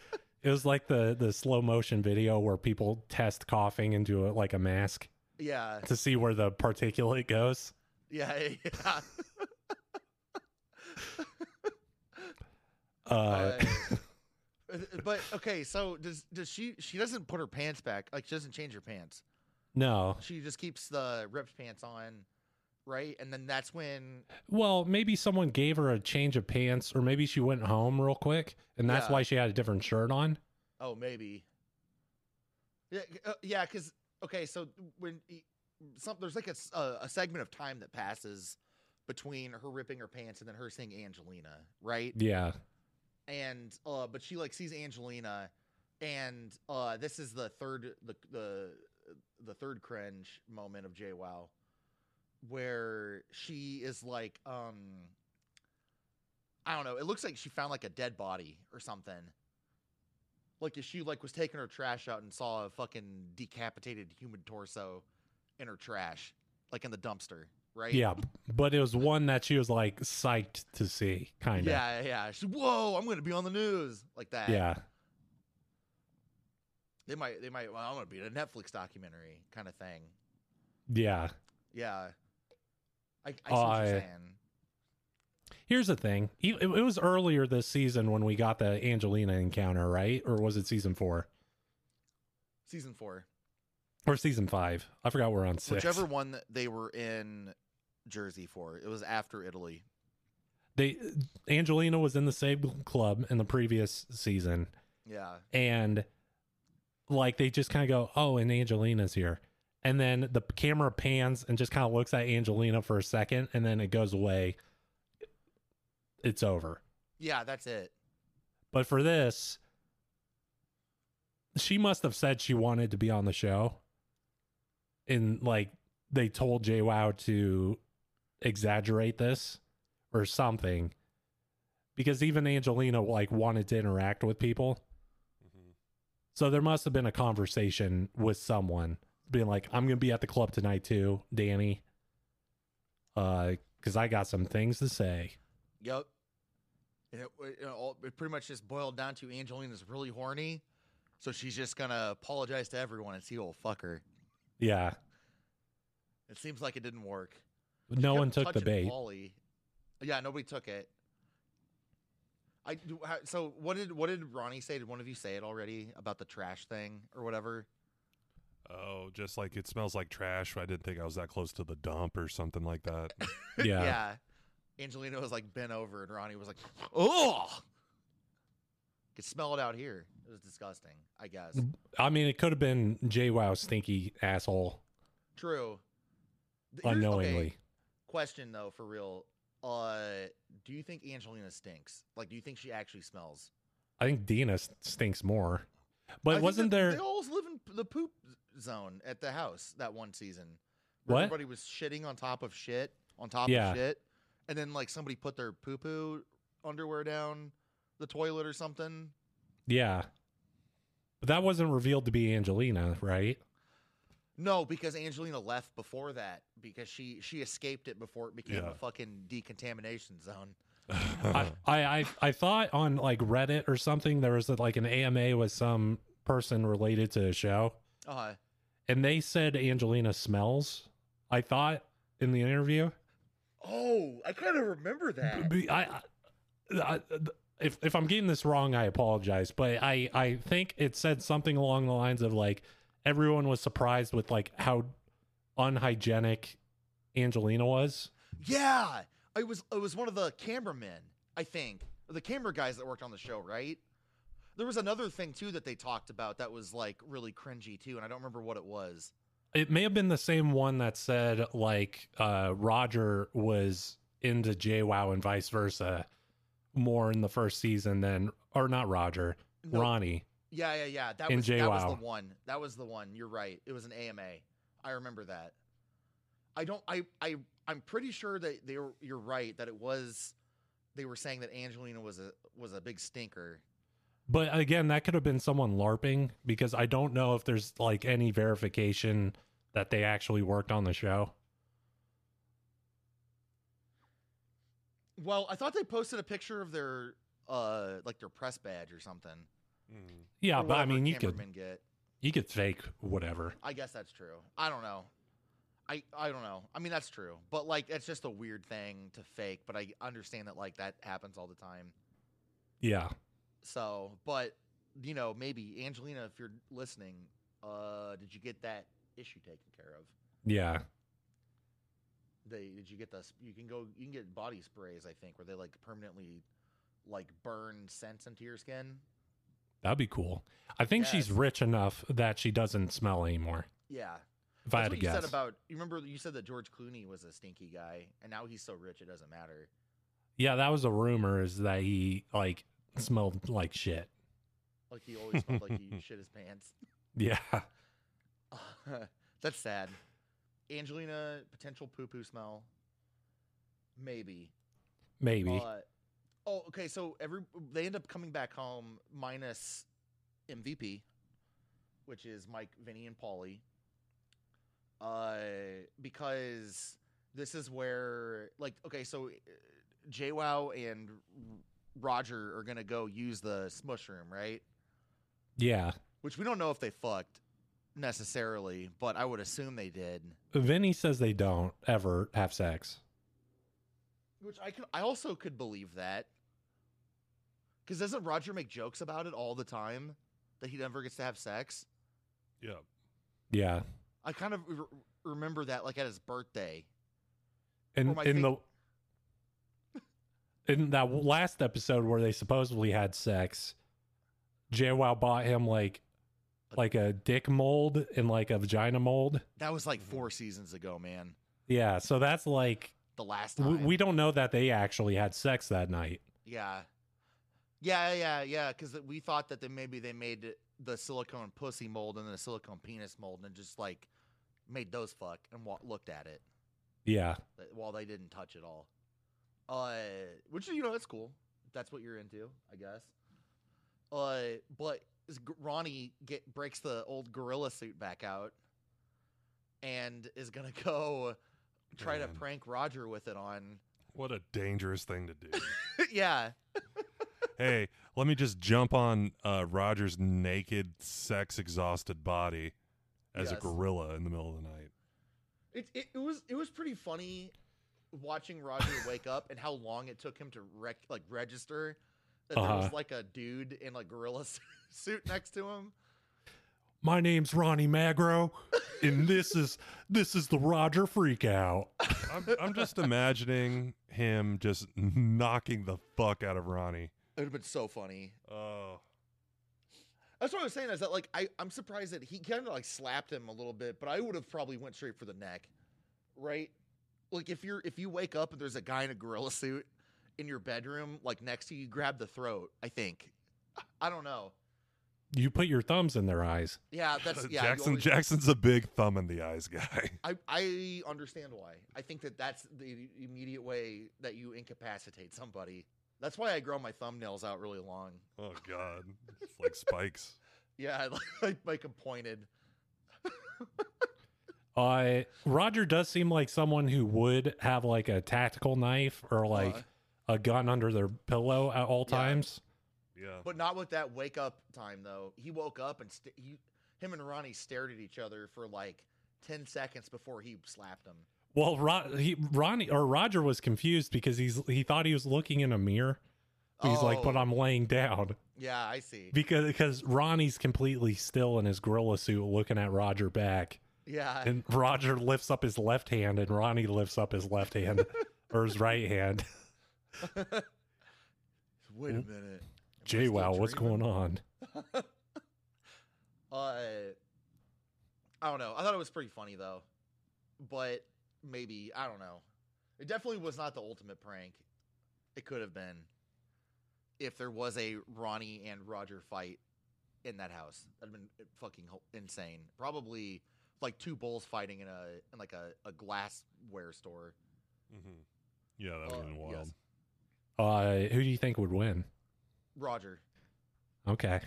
[SPEAKER 7] was like the the slow motion video where people test coughing into it like a mask
[SPEAKER 6] yeah
[SPEAKER 7] to see where the particulate goes.
[SPEAKER 6] yeah yeah
[SPEAKER 7] Uh,
[SPEAKER 6] Uh, but okay so does does she she doesn't put her pants back like she doesn't change her pants
[SPEAKER 7] no.
[SPEAKER 6] she just keeps the ripped pants on right and then that's when
[SPEAKER 7] Well, maybe someone gave her a change of pants or maybe she went home real quick and that's
[SPEAKER 6] Yeah.
[SPEAKER 7] why she had a different shirt on.
[SPEAKER 6] Oh, maybe. Yeah, c- uh, yeah, because okay, so when he, some there's like a, s- a- a segment of time that passes between her ripping her pants and then her seeing Angelina, right?
[SPEAKER 7] Yeah.
[SPEAKER 6] And uh, but she like sees Angelina, and uh, this is the third the the the third cringe moment of Jay Wow, where she is like, um, I don't know. It looks like she found like a dead body or something. Like if she like was taking her trash out and saw a fucking decapitated human torso in her trash, like in the dumpster, right?
[SPEAKER 7] Yeah. But it was one that she was like psyched to see, kind of.
[SPEAKER 6] Yeah, yeah. She's whoa, I'm gonna be on the news like that.
[SPEAKER 7] Yeah.
[SPEAKER 6] They might, they might. Well, I'm gonna be in a Netflix documentary kind of thing.
[SPEAKER 7] Yeah.
[SPEAKER 6] Yeah, I, I see what
[SPEAKER 7] I-
[SPEAKER 6] you're saying.
[SPEAKER 7] Here's the thing. E- It it was earlier this season when we got the Angelina encounter, right? Or was it season four
[SPEAKER 6] Season four,
[SPEAKER 7] or season five? I forgot we're on six.
[SPEAKER 6] whichever one that they were in Jersey for. It was after Italy.
[SPEAKER 7] They Angelina was in the same club in the previous season,
[SPEAKER 6] Yeah,
[SPEAKER 7] and like they just kind of go, "Oh, and Angelina's here," and then the camera pans and just kind of looks at Angelina for a second, and then it goes away. It's over.
[SPEAKER 6] yeah. That's it.
[SPEAKER 7] But for this, she must have said she wanted to be on the show. And like they told Jay Wow to exaggerate this or something. Because even Angelina like wanted to interact with people.
[SPEAKER 6] Mm-hmm.
[SPEAKER 5] Mhm.
[SPEAKER 7] So there must have been a conversation with someone being like, I'm gonna be at the club tonight too, Danny. Uh, because I got some things to say.
[SPEAKER 6] Yep. And it, it, all, it pretty much just boiled down to Angelina's really horny, so she's just gonna apologize to everyone and see old fucker.
[SPEAKER 7] Yeah.
[SPEAKER 6] It seems like it didn't work.
[SPEAKER 7] No
[SPEAKER 6] kept
[SPEAKER 7] one took the
[SPEAKER 6] touching
[SPEAKER 7] bait.
[SPEAKER 6] Pauly. Yeah, nobody took it. I do- how- so what did what did Ronnie say? Did one of you say it already about the trash thing or whatever?
[SPEAKER 5] Oh, just like it smells like trash. but I didn't think I was that close to the dump or something like that.
[SPEAKER 7] yeah.
[SPEAKER 6] Angelina was like bent over, and Ronnie was like, "Oh, could smell it out here. It was disgusting. I guess
[SPEAKER 7] I mean, it could have been Jay Wow stinky asshole
[SPEAKER 6] true. Th- here's- okay,
[SPEAKER 7] unknowingly.
[SPEAKER 6] Question though, for real, uh, do you think Angelina stinks? Like, do you think she actually smells?
[SPEAKER 7] I think Dina s- stinks more.
[SPEAKER 6] I
[SPEAKER 7] But
[SPEAKER 6] think
[SPEAKER 7] wasn't
[SPEAKER 6] that
[SPEAKER 7] there?
[SPEAKER 6] They all live in p- the poop zone at the house that one season.
[SPEAKER 7] What?
[SPEAKER 6] Everybody was shitting on top of shit on top
[SPEAKER 7] Yeah.
[SPEAKER 6] of shit, and then like somebody put their poo poo underwear down the toilet or something.
[SPEAKER 7] yeah. But that wasn't revealed to be Angelina, right?
[SPEAKER 6] No, because Angelina left before that because she she escaped it before it became
[SPEAKER 5] Yeah.
[SPEAKER 6] a fucking decontamination zone.
[SPEAKER 5] Uh-huh.
[SPEAKER 7] I, I, I, I thought on like Reddit or something, there was like an AMA with some person related to the show,
[SPEAKER 6] Uh,
[SPEAKER 7] and they said Angelina smells. I thought in the interview.
[SPEAKER 6] oh, I kind of remember that.
[SPEAKER 7] B- I, I- I- if if I'm getting this wrong, I apologize, but I I think it said something along the lines of like everyone was surprised with like how unhygienic Angelina was.
[SPEAKER 6] Yeah, it was it was one of the cameramen, I think, the camera guys that worked on the show, right? There was another thing too that they talked about that was like really cringy too, and I don't remember what it was.
[SPEAKER 7] It may have been the same one that said like uh Roger was into JWoww and vice versa more in the first season than, or not Roger,
[SPEAKER 6] No,
[SPEAKER 7] Ronnie.
[SPEAKER 6] Yeah, yeah, yeah. That
[SPEAKER 7] In
[SPEAKER 6] was that was
[SPEAKER 7] JWoww.
[SPEAKER 6] the one. That was the one. You're right. It was an AMA. I remember that. I don't. I. I. I'm pretty sure that they were. You're right. That it was. They were saying that Angelina was a was a big stinker.
[SPEAKER 7] But again, that could have been someone LARPing because I don't know if there's like any verification that they actually worked on the show.
[SPEAKER 6] Well, I thought they posted a picture of their uh like their press badge or something.
[SPEAKER 5] Hmm.
[SPEAKER 7] Yeah,
[SPEAKER 6] or
[SPEAKER 7] but I
[SPEAKER 6] whatever
[SPEAKER 7] mean, you could
[SPEAKER 6] cameramen get.
[SPEAKER 7] you could fake whatever.
[SPEAKER 6] I guess that's true. I don't know. I I don't know. I mean, that's true. But like, that's just a weird thing to fake. But I understand that like that happens all the time.
[SPEAKER 7] Yeah.
[SPEAKER 6] So, but you know, maybe Angelina, if you're listening, uh, did you get that issue taken care of?
[SPEAKER 7] Yeah.
[SPEAKER 6] They did you get the? sp- You can go. You can get body sprays, I think, where they like permanently like burn scents into your skin.
[SPEAKER 7] That'd be cool. I think she's
[SPEAKER 6] Yes.
[SPEAKER 7] rich enough that she doesn't smell anymore.
[SPEAKER 6] Yeah,
[SPEAKER 7] If
[SPEAKER 6] that's
[SPEAKER 7] I had to
[SPEAKER 6] what you
[SPEAKER 7] guess.
[SPEAKER 6] said about. You remember you said that George Clooney was a stinky guy, and now he's so rich it doesn't matter.
[SPEAKER 7] yeah, that was a rumor is that he like smelled like shit.
[SPEAKER 6] Like he always smelled like he shit his pants.
[SPEAKER 7] Yeah.
[SPEAKER 6] That's sad. Angelina potential poo poo smell. Maybe.
[SPEAKER 7] Maybe.
[SPEAKER 6] But oh, okay. So every they end up coming back home minus MVP, which is Mike, Vinny, and Paulie. Uh, because this is where like okay, so uh, JWoww and Roger are gonna go use the smush room, right?
[SPEAKER 7] yeah.
[SPEAKER 6] Which we don't know if they fucked necessarily, but I would assume they did.
[SPEAKER 7] Vinny says they don't ever have sex.
[SPEAKER 6] Which I can, I also could believe that. Because doesn't Roger make jokes about it all the time that he never gets to have sex?
[SPEAKER 5] Yeah.
[SPEAKER 7] Yeah.
[SPEAKER 6] I kind of re- remember that like at his birthday.
[SPEAKER 7] in
[SPEAKER 6] my
[SPEAKER 7] in the in that last episode where they supposedly had sex, JWoww bought him like like a dick mold and like a vagina mold.
[SPEAKER 6] That was like four seasons ago, man.
[SPEAKER 7] Yeah, so that's like
[SPEAKER 6] The last
[SPEAKER 7] we,
[SPEAKER 6] time.
[SPEAKER 7] we don't know that they actually had sex that night.
[SPEAKER 6] yeah. Yeah, yeah, yeah. Because we thought that they, maybe they made the silicone pussy mold and the silicone penis mold and just like made those fuck and wa- looked at it
[SPEAKER 7] Yeah,
[SPEAKER 6] but- while they didn't touch it all. Uh, which you know that's cool. If that's what you're into, I guess. Uh, but is G- Ronnie get breaks the old gorilla suit back out, and is gonna go try to
[SPEAKER 5] Man.
[SPEAKER 6] prank Roger with it on.
[SPEAKER 5] What a dangerous thing to do.
[SPEAKER 6] yeah,
[SPEAKER 5] hey, let me just jump on uh, Roger's naked, sex exhausted body as a
[SPEAKER 6] Yes.
[SPEAKER 5] gorilla in the middle of the night.
[SPEAKER 6] it, it it was it was pretty funny watching Roger wake up and how long it took him to rec- like register that there was
[SPEAKER 7] Uh-huh.
[SPEAKER 6] like a dude in a gorilla suit next to him.
[SPEAKER 7] my name's Ronnie Magro, and this is this is the Roger freakout.
[SPEAKER 5] I'm, I'm just imagining him just knocking the fuck out of Ronnie.
[SPEAKER 6] It would have been so funny.
[SPEAKER 5] Oh,
[SPEAKER 6] That's what I was saying is that like I I'm surprised that he kind of like slapped him a little bit, but I would have probably went straight for the neck, right? Like if you're if you wake up and there's a guy in a gorilla suit in your bedroom, like next to you, you grab the throat. I think. I don't know.
[SPEAKER 7] You put your thumbs in their eyes.
[SPEAKER 6] Yeah, Uh, that's yeah. you
[SPEAKER 5] Jackson.
[SPEAKER 6] always-
[SPEAKER 5] Jackson's a big thumb in the eyes guy.
[SPEAKER 6] I I understand why. I think that that's the immediate way that you incapacitate somebody. That's why I grow my thumbnails out really long.
[SPEAKER 5] Oh God, it's like spikes.
[SPEAKER 6] Yeah, I like, like make 'em pointed.
[SPEAKER 7] Uh, Roger does seem like someone who would have like a tactical knife or like
[SPEAKER 6] Uh.
[SPEAKER 7] a gun under their pillow at all
[SPEAKER 6] Yeah.
[SPEAKER 7] times.
[SPEAKER 5] Yeah.
[SPEAKER 6] But not with that wake up time though. He woke up and st- he, him and Ronnie stared at each other for like ten seconds before he slapped him.
[SPEAKER 7] Well, Ro- he, Ronnie or Roger was confused because he's he thought he was looking in a mirror. He's like, "But
[SPEAKER 6] Oh,
[SPEAKER 7] I'm laying down,"
[SPEAKER 6] yeah, I see.
[SPEAKER 7] because because Ronnie's completely still in his gorilla suit, looking at Roger back,
[SPEAKER 6] Yeah,
[SPEAKER 7] and Roger lifts up his left hand, and Ronnie lifts up his left hand or his right hand.
[SPEAKER 6] wait a minute.
[SPEAKER 7] Jay, wow, what's going on?
[SPEAKER 6] on? uh, I don't know. I thought it was pretty funny though, but maybe I don't know. It definitely was not the ultimate prank. It could have been if there was a Ronnie and Roger fight in that house. That'd have been fucking ho- insane. Probably like two bulls fighting in a in like a, a glassware store.
[SPEAKER 5] Mm-hmm. Yeah, that would have
[SPEAKER 6] Uh,
[SPEAKER 5] been
[SPEAKER 6] yes.
[SPEAKER 5] wild.
[SPEAKER 7] Uh, who do you think would win?
[SPEAKER 6] Roger.
[SPEAKER 7] Okay.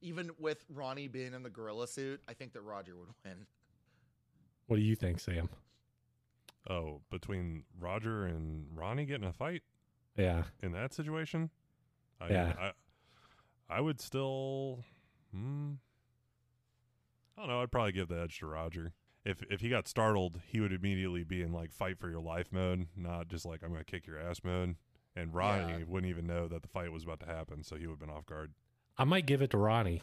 [SPEAKER 6] Even with Ronnie being in the gorilla suit, I think that Roger would win.
[SPEAKER 7] What do you think, Sam?
[SPEAKER 5] Oh, between Roger and Ronnie getting a fight
[SPEAKER 7] Yeah.
[SPEAKER 5] in that situation, I,
[SPEAKER 7] Yeah.
[SPEAKER 5] I, I would still. Hmm, I don't know. I'd probably give the edge to Roger. If if he got startled, he would immediately be in like fight for your life mode, not just like I'm gonna kick your ass mode. And Ronnie wouldn't even know that the fight was about to happen, so he would have been off guard.
[SPEAKER 7] I might give it to Ronnie.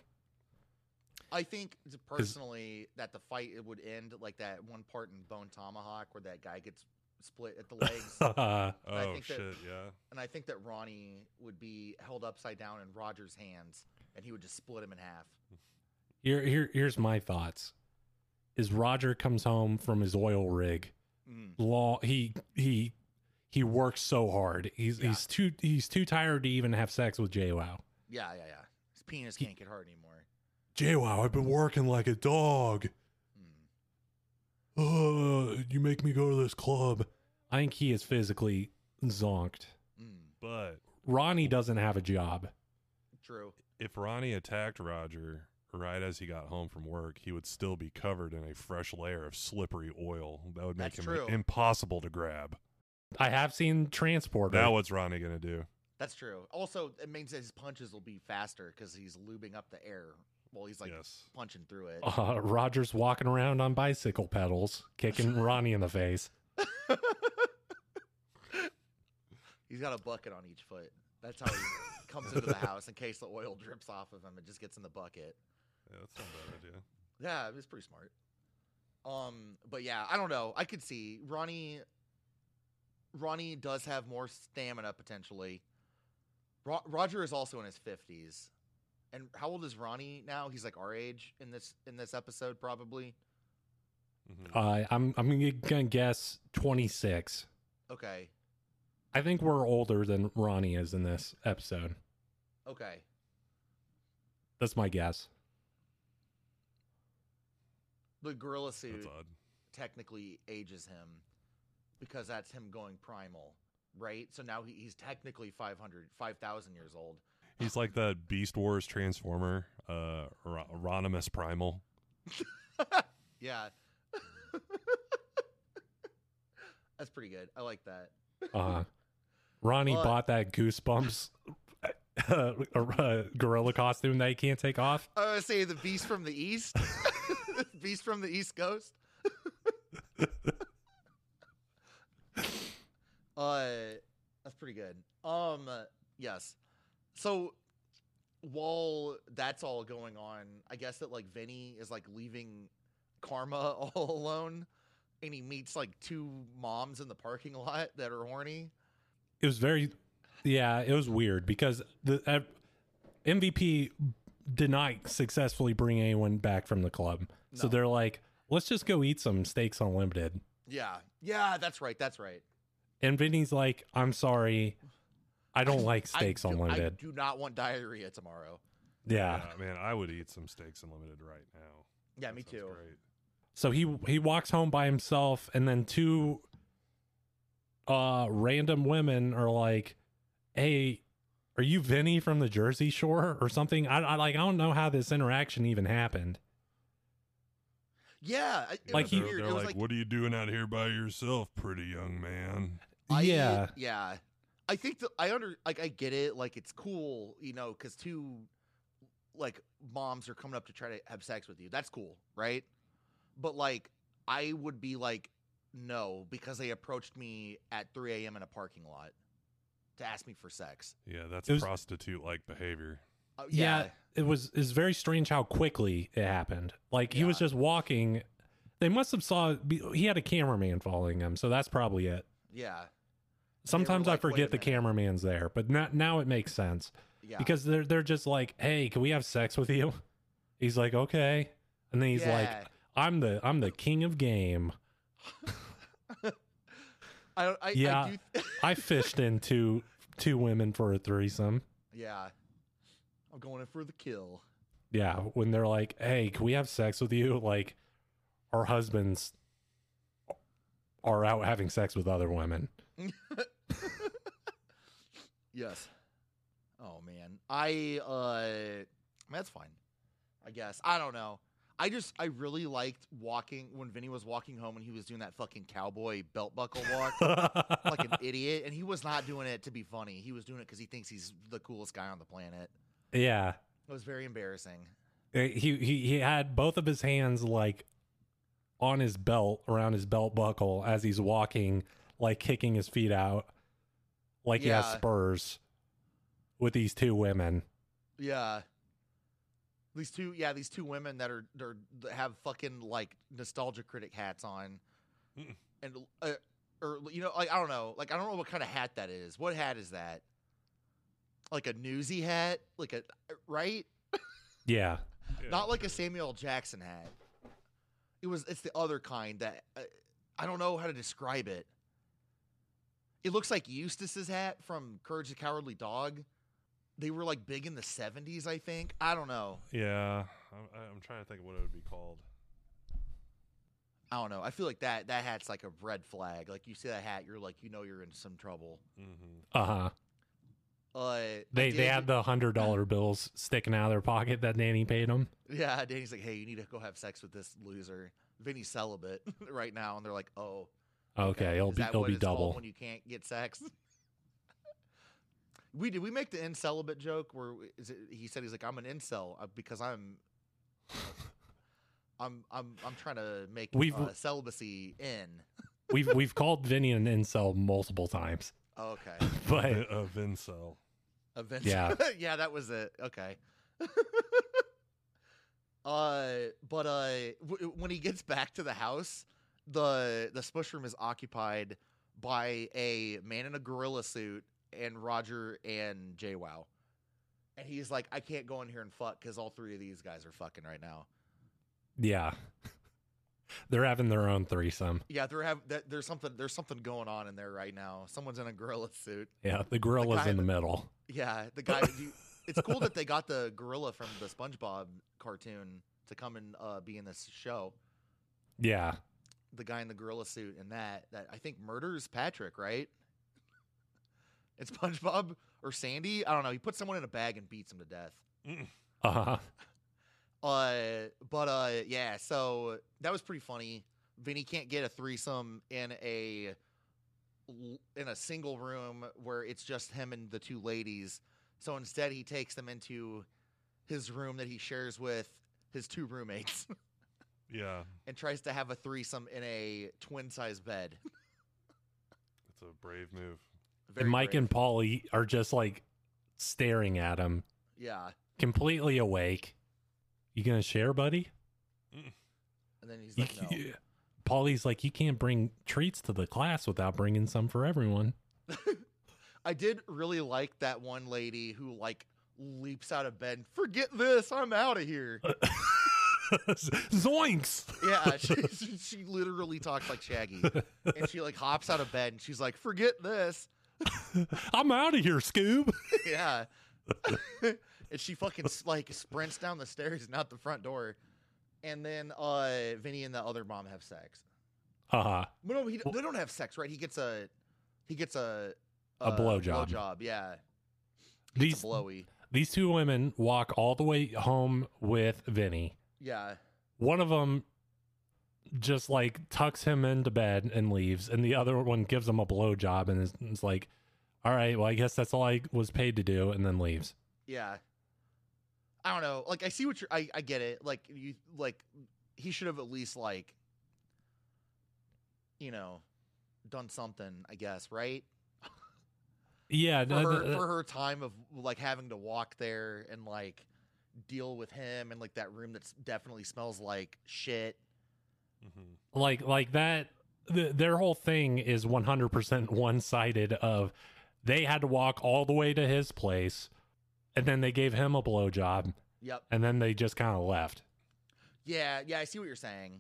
[SPEAKER 6] I think t- personally that the fight it would end like that one part in Bone Tomahawk where that guy gets split at the legs.
[SPEAKER 7] Uh,
[SPEAKER 5] Oh
[SPEAKER 6] I think that-
[SPEAKER 5] shit! yeah.
[SPEAKER 6] And I think that Ronnie would be held upside down in Roger's hands, and he would just split him in half.
[SPEAKER 7] Here, here, here's my thoughts. Is Roger comes home from his oil rig.
[SPEAKER 6] Mm.
[SPEAKER 7] Long he he he works so hard. He's
[SPEAKER 6] Yeah.
[SPEAKER 7] he's too he's too tired to even have sex with JWoww.
[SPEAKER 6] Yeah, yeah, yeah. His penis
[SPEAKER 7] He-
[SPEAKER 6] can't get hard anymore.
[SPEAKER 7] JWoww, I've been working like a dog.
[SPEAKER 6] Mm.
[SPEAKER 7] Uh, you make me go to this club. I think he is physically zonked.
[SPEAKER 6] Mm.
[SPEAKER 5] But
[SPEAKER 7] Ronnie doesn't have a job.
[SPEAKER 6] True.
[SPEAKER 5] if Ronnie attacked Roger right as he got home from work, he would still be covered in a fresh layer of slippery oil that would make
[SPEAKER 6] That's
[SPEAKER 5] him
[SPEAKER 6] true.
[SPEAKER 5] impossible to grab.
[SPEAKER 7] I have seen transporter.
[SPEAKER 5] Now what's Ronnie gonna do?
[SPEAKER 6] That's true. Also, it means that his punches will be faster because he's lubing up the air while he's like
[SPEAKER 5] yes.
[SPEAKER 6] punching through it.
[SPEAKER 7] uh, Roger's walking around on bicycle pedals, kicking Ronnie in the face.
[SPEAKER 6] he's got a bucket on each foot. That's how he comes into the house in case the oil drips off of him. It just gets in the bucket.
[SPEAKER 5] Yeah, that's not a bad idea.
[SPEAKER 6] Yeah, it was pretty smart. Um, but yeah, I don't know. I could see Ronnie. Ronnie does have more stamina potentially. Ro- Roger is also in his fifties, and how old is Ronnie now? He's like our age in this in this episode, probably.
[SPEAKER 5] Mhm.
[SPEAKER 7] Uh, I'm I'm gonna- gonna guess 26.
[SPEAKER 6] Okay,
[SPEAKER 7] I think we're older than Ronnie is in this episode.
[SPEAKER 6] okay.
[SPEAKER 7] That's my guess.
[SPEAKER 6] The gorilla
[SPEAKER 5] that's
[SPEAKER 6] suit
[SPEAKER 5] odd.
[SPEAKER 6] technically ages him because that's him going primal, right? So now he, he's technically 500, 5,000 years old.
[SPEAKER 5] He's like that Beast Wars Transformer, uh, Ro- Ronimus Primal.
[SPEAKER 6] Yeah. That's pretty good. I like that.
[SPEAKER 7] Uh, Ronnie
[SPEAKER 6] But-
[SPEAKER 7] bought that goosebumps uh, uh, gorilla costume that he can't take off.
[SPEAKER 6] I was say the beast from the east. beast from the east coast. uh that's pretty good. Um yes. So while that's all going on, I guess that like Vinny is like leaving Karma all alone and he meets like two moms in the parking lot that are horny.
[SPEAKER 7] It was very, yeah, it was weird because the uh, MVP did not successfully bring anyone back from the club. So
[SPEAKER 6] No.
[SPEAKER 7] they're like, let's just go eat some steaks unlimited.
[SPEAKER 6] Yeah. Yeah, that's right. That's right.
[SPEAKER 7] And Vinny's like, I'm sorry, I don't like
[SPEAKER 6] I
[SPEAKER 7] steaks
[SPEAKER 6] do-
[SPEAKER 7] unlimited.
[SPEAKER 6] I do not want diarrhea tomorrow.
[SPEAKER 7] yeah.
[SPEAKER 5] Yeah, man, I would eat some steaks unlimited right now.
[SPEAKER 6] Yeah,
[SPEAKER 5] That
[SPEAKER 6] me
[SPEAKER 5] sounds
[SPEAKER 6] too.
[SPEAKER 5] Great.
[SPEAKER 7] So he he walks home by himself, and then two uh random women are like, "Hey, are you Vinny from the Jersey Shore or something?" I, I like I don't know how this interaction even happened.
[SPEAKER 6] Yeah, I- it
[SPEAKER 7] Like
[SPEAKER 6] was
[SPEAKER 7] he-
[SPEAKER 5] they're,
[SPEAKER 6] weird.
[SPEAKER 5] they're
[SPEAKER 6] it was
[SPEAKER 5] like, "What are you doing out here by yourself, pretty young man?"
[SPEAKER 6] I,
[SPEAKER 7] yeah,
[SPEAKER 6] yeah. I think that I under like I get it. Like it's cool, you know, because two like moms are coming up to try to have sex with you. That's cool, right? But like, I would be like, no, because they approached me at 3 a.m. in a parking lot to ask me for sex.
[SPEAKER 5] Yeah, that's
[SPEAKER 7] It was-
[SPEAKER 5] prostitute-like behavior.
[SPEAKER 6] Uh,
[SPEAKER 7] Yeah, it was it's very strange how quickly it happened. Like he was
[SPEAKER 6] Yeah.
[SPEAKER 7] just walking. They must have saw be- he had a cameraman following him, so that's probably it.
[SPEAKER 6] yeah,
[SPEAKER 7] Sometimes I
[SPEAKER 6] like, "Wait a
[SPEAKER 7] forget the
[SPEAKER 6] minute."
[SPEAKER 7] cameraman's there, but no- now it makes sense.
[SPEAKER 6] yeah.
[SPEAKER 7] because they're they're just like, "Hey, can we have sex with you?" He's like, "Okay," and then he's like,
[SPEAKER 6] Yeah.
[SPEAKER 7] "I'm the I'm the king of game."
[SPEAKER 6] I don't. I, I
[SPEAKER 7] Yeah.
[SPEAKER 6] do th-
[SPEAKER 7] I fished in two two women for a threesome.
[SPEAKER 6] yeah. I'm going in for the kill.
[SPEAKER 7] Yeah, when they're like, "Hey, can we have sex with you?" Like, our husbands are out having sex with other women.
[SPEAKER 6] Yes. Oh man, I uh, that's fine. I guess I don't know. I just I really liked walking when Vinny was walking home and he was doing that fucking cowboy belt buckle walk like an idiot, and he was not doing it to be funny. He was doing it because he thinks he's the coolest guy on the planet.
[SPEAKER 7] yeah,
[SPEAKER 6] It was very embarrassing.
[SPEAKER 7] Uh, he he he had both of his hands like on his belt around his belt buckle as he's walking, like kicking his feet out, like he has
[SPEAKER 6] Yeah.
[SPEAKER 7] spurs with these two women.
[SPEAKER 6] Yeah. These two, yeah, these two women that are they're, that have fucking like nostalgia critic hats on,
[SPEAKER 5] Mm.
[SPEAKER 6] and uh, or you know, like I don't know, like I don't know what kind of hat that is. What hat is that? Like a newsy hat, like a right,
[SPEAKER 5] Yeah.
[SPEAKER 7] Yeah,
[SPEAKER 6] not like a Samuel L. Jackson hat. It was it's the other kind that uh, I don't know how to describe it. It looks like Eustace's hat from Courage the Cowardly Dog. They were like big in the '70s, I think. I don't know.
[SPEAKER 5] Yeah, I'm, I'm trying to think of what it would be called.
[SPEAKER 6] I don't know. I feel like that that hat's like a red flag. Like you see that hat, you're like you know you're in some trouble.
[SPEAKER 5] hmm
[SPEAKER 7] uh huh.
[SPEAKER 6] Uh,
[SPEAKER 7] They they had the hundred dollar bills sticking out of their pocket that Nanny paid them.
[SPEAKER 6] yeah. Danny's like, hey, you need to go have sex with this loser. Vinny's celibate right now, and they're like, oh,
[SPEAKER 7] Okay, it'll
[SPEAKER 6] is
[SPEAKER 7] be
[SPEAKER 6] that
[SPEAKER 7] it'll
[SPEAKER 6] what
[SPEAKER 7] be
[SPEAKER 6] it's called
[SPEAKER 7] double.
[SPEAKER 6] when you can't get sex. we did we make the incelibate joke where we- is it, he said he's like I'm an incel uh, because I'm. I'm I'm I'm trying to make
[SPEAKER 7] We've-
[SPEAKER 6] uh, celibacy in.
[SPEAKER 7] we've we've called Vinny an incel multiple times,
[SPEAKER 6] Oh, okay.
[SPEAKER 7] but
[SPEAKER 5] A Vincel.
[SPEAKER 6] Event.
[SPEAKER 7] Yeah.
[SPEAKER 6] yeah, that was it. Okay. uh, but uh, w- when he gets back to the house, the the smush room is occupied by a man in a gorilla suit and Roger and JWoww. And he's like, I can't go in here and fuck because all three of these guys are fucking right now.
[SPEAKER 7] yeah, they're having their own threesome.
[SPEAKER 6] Yeah, there have that, there's something there's something going on in there right now. Someone's in a gorilla suit.
[SPEAKER 7] Yeah, the gorilla's
[SPEAKER 6] guy
[SPEAKER 7] in the
[SPEAKER 6] that-
[SPEAKER 7] middle.
[SPEAKER 6] Yeah, the guy. you, it's cool that they got the gorilla from the SpongeBob cartoon to come and uh, be in this show.
[SPEAKER 7] Yeah,
[SPEAKER 6] The guy in the gorilla suit and that that I think murders Patrick, right? It's SpongeBob or Sandy. I don't know. He puts someone in a bag and beats him to death.
[SPEAKER 7] uh huh.
[SPEAKER 6] Uh, but uh, yeah. So that was pretty funny. Vinny can't get a threesome in a l- in a single room where it's just him and the two ladies. So instead, he takes them into his room that he shares with his two roommates
[SPEAKER 5] Yeah,
[SPEAKER 6] and tries to have a threesome in a twin size bed.
[SPEAKER 5] it's a brave move.
[SPEAKER 6] Very
[SPEAKER 7] And Mike
[SPEAKER 6] brave.
[SPEAKER 7] and Polly are just like staring at him,
[SPEAKER 6] yeah.
[SPEAKER 7] completely awake. You gonna share, buddy?
[SPEAKER 6] And then he's
[SPEAKER 7] You
[SPEAKER 6] like, no.
[SPEAKER 7] c- Polly's like, you can't bring treats to the class without bringing some for everyone.
[SPEAKER 6] I did really like that one lady who like leaps out of bed. Forget this. I'm out of here.
[SPEAKER 7] Zoinks!
[SPEAKER 6] Yeah, she, she- she literally talks like Shaggy, and she like hops out of bed and she's like, "Forget this."
[SPEAKER 7] I'm out of here, Scoob.
[SPEAKER 6] Yeah, and she fucking s- like sprints down the stairs and out the front door, and then uh, Vinny and the other mom have sex.
[SPEAKER 7] Uh-huh.
[SPEAKER 6] Well, no, he, they don't have sex, right? He gets a, he gets a,
[SPEAKER 7] A blowjob.
[SPEAKER 6] Blowjob, yeah. It's
[SPEAKER 7] These
[SPEAKER 6] a blowy.
[SPEAKER 7] these two women walk all the way home with Vinny.
[SPEAKER 6] Yeah,
[SPEAKER 7] One of them just like tucks him into bed and leaves, and the other one gives him a blowjob and is, is like, "All right, well, I guess that's all I was paid to do," and then leaves.
[SPEAKER 6] yeah. I don't know. Like, I see what you're. I, I get it. Like, you like, he should have at least like, you know, done something. I guess, right?
[SPEAKER 7] Yeah,
[SPEAKER 6] for
[SPEAKER 7] no,
[SPEAKER 6] her,
[SPEAKER 7] th-
[SPEAKER 6] for her time of like having to walk there and like deal with him and like that room that's definitely smells like shit.
[SPEAKER 5] hmm
[SPEAKER 7] like like that. Th- their whole thing is 100% one-sided. Of they had to walk all the way to his place, and then they gave him a blowjob,
[SPEAKER 6] Yep.
[SPEAKER 7] and then they just kind of left.
[SPEAKER 6] Yeah, yeah, I see what you're saying.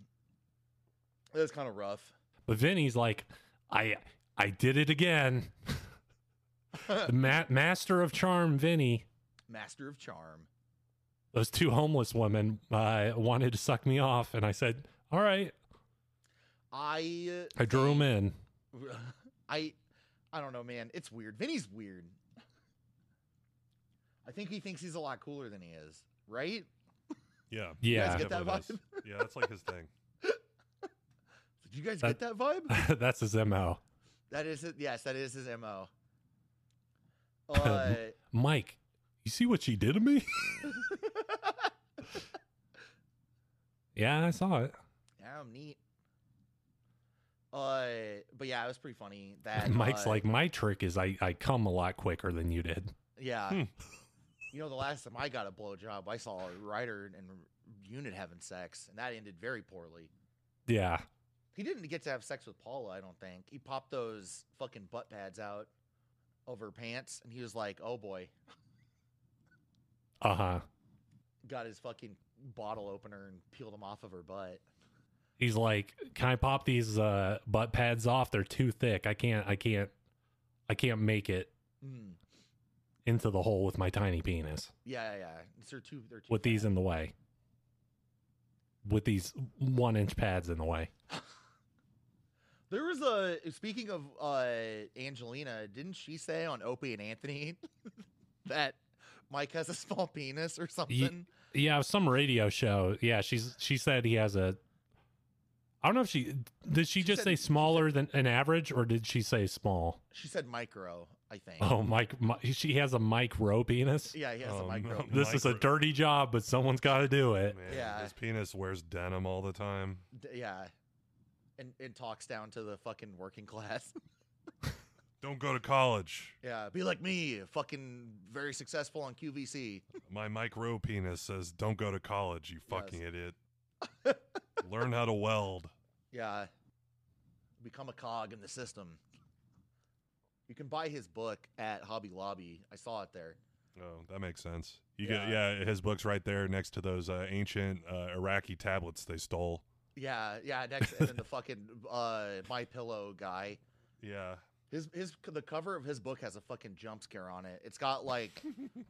[SPEAKER 6] It was kind of rough.
[SPEAKER 7] But Vinny's like, I I did it again. The ma- master of charm, Vinny.
[SPEAKER 6] Master of charm.
[SPEAKER 7] Those two homeless women uh, wanted to suck me off, and I said, "All right."
[SPEAKER 6] I
[SPEAKER 7] I drew them in.
[SPEAKER 6] in. I I don't know, man. It's weird. Vinny's weird. I think he thinks he's a lot cooler than he is, right?
[SPEAKER 5] Yeah.
[SPEAKER 6] You
[SPEAKER 7] Yeah,
[SPEAKER 6] guys get that
[SPEAKER 5] Definitely
[SPEAKER 6] vibe?
[SPEAKER 5] does. Yeah, that's like his thing.
[SPEAKER 6] Did you guys
[SPEAKER 7] That-
[SPEAKER 6] get that vibe?
[SPEAKER 7] that's his mo.
[SPEAKER 6] That is it. Yes, that is his mo. Uh,
[SPEAKER 7] Mike, you see what she did to me? yeah, I saw it.
[SPEAKER 6] yeah, I'm neat. Uh, but yeah, it was pretty funny. That
[SPEAKER 7] Mike's
[SPEAKER 6] uh,
[SPEAKER 7] like, my trick is I, I come a lot quicker than you did.
[SPEAKER 6] yeah.
[SPEAKER 5] Hmm.
[SPEAKER 6] You know, the last time I got a blowjob, I saw a writer and unit having sex, and that ended very poorly.
[SPEAKER 7] Yeah.
[SPEAKER 6] He didn't get to have sex with Paula, I don't think. He popped those fucking butt pads out of her pants, and he was like, "Oh boy,"
[SPEAKER 7] Uh huh.
[SPEAKER 6] got his fucking bottle opener and peeled them off of her butt.
[SPEAKER 7] He's like, can I pop these uh, butt pads off? They're too thick. I can't. I can't. I can't make it
[SPEAKER 6] Mm.
[SPEAKER 7] into the hole with my tiny penis.
[SPEAKER 6] Yeah, yeah, yeah. It's They're too. They're too
[SPEAKER 7] With these
[SPEAKER 6] fat.
[SPEAKER 7] in the way. With these one inch pads in the way.
[SPEAKER 6] There was a speaking of uh Angelina, didn't she say on Opie and Anthony that Mike has a small penis or something?
[SPEAKER 7] Yeah, some radio show. Yeah, she's she said he has a. I don't know if she did. She,
[SPEAKER 6] She
[SPEAKER 7] just
[SPEAKER 6] said-
[SPEAKER 7] say
[SPEAKER 6] she
[SPEAKER 7] smaller than an average, or did she say small?
[SPEAKER 6] She said micro, I think.
[SPEAKER 7] Oh, Mike, Mi- she has a micro penis.
[SPEAKER 6] Yeah, he has
[SPEAKER 5] Oh,
[SPEAKER 6] a micro.
[SPEAKER 5] no.
[SPEAKER 6] penis.
[SPEAKER 7] This is a
[SPEAKER 5] Micro.
[SPEAKER 7] dirty job, but someone's got to do it.
[SPEAKER 5] Man,
[SPEAKER 6] Yeah.
[SPEAKER 5] His penis wears denim all the time.
[SPEAKER 6] D- Yeah. And and talks down to the fucking working class.
[SPEAKER 5] Don't go to college.
[SPEAKER 6] yeah, be like me, fucking very successful on QVC.
[SPEAKER 5] My micro penis says, "Don't go to college, you fucking idiot. Learn how to weld."
[SPEAKER 6] Yeah. Become a cog in the system. You can buy his book at Hobby Lobby. I saw it there.
[SPEAKER 5] Oh, that makes sense. You yeah. yeah, his book's right there next to those uh, ancient uh, Iraqi tablets they stole.
[SPEAKER 6] Yeah, yeah. Next, and then the fucking uh, my pillow guy.
[SPEAKER 5] Yeah,
[SPEAKER 6] His his the cover of his book has a fucking jump scare on it. It's got like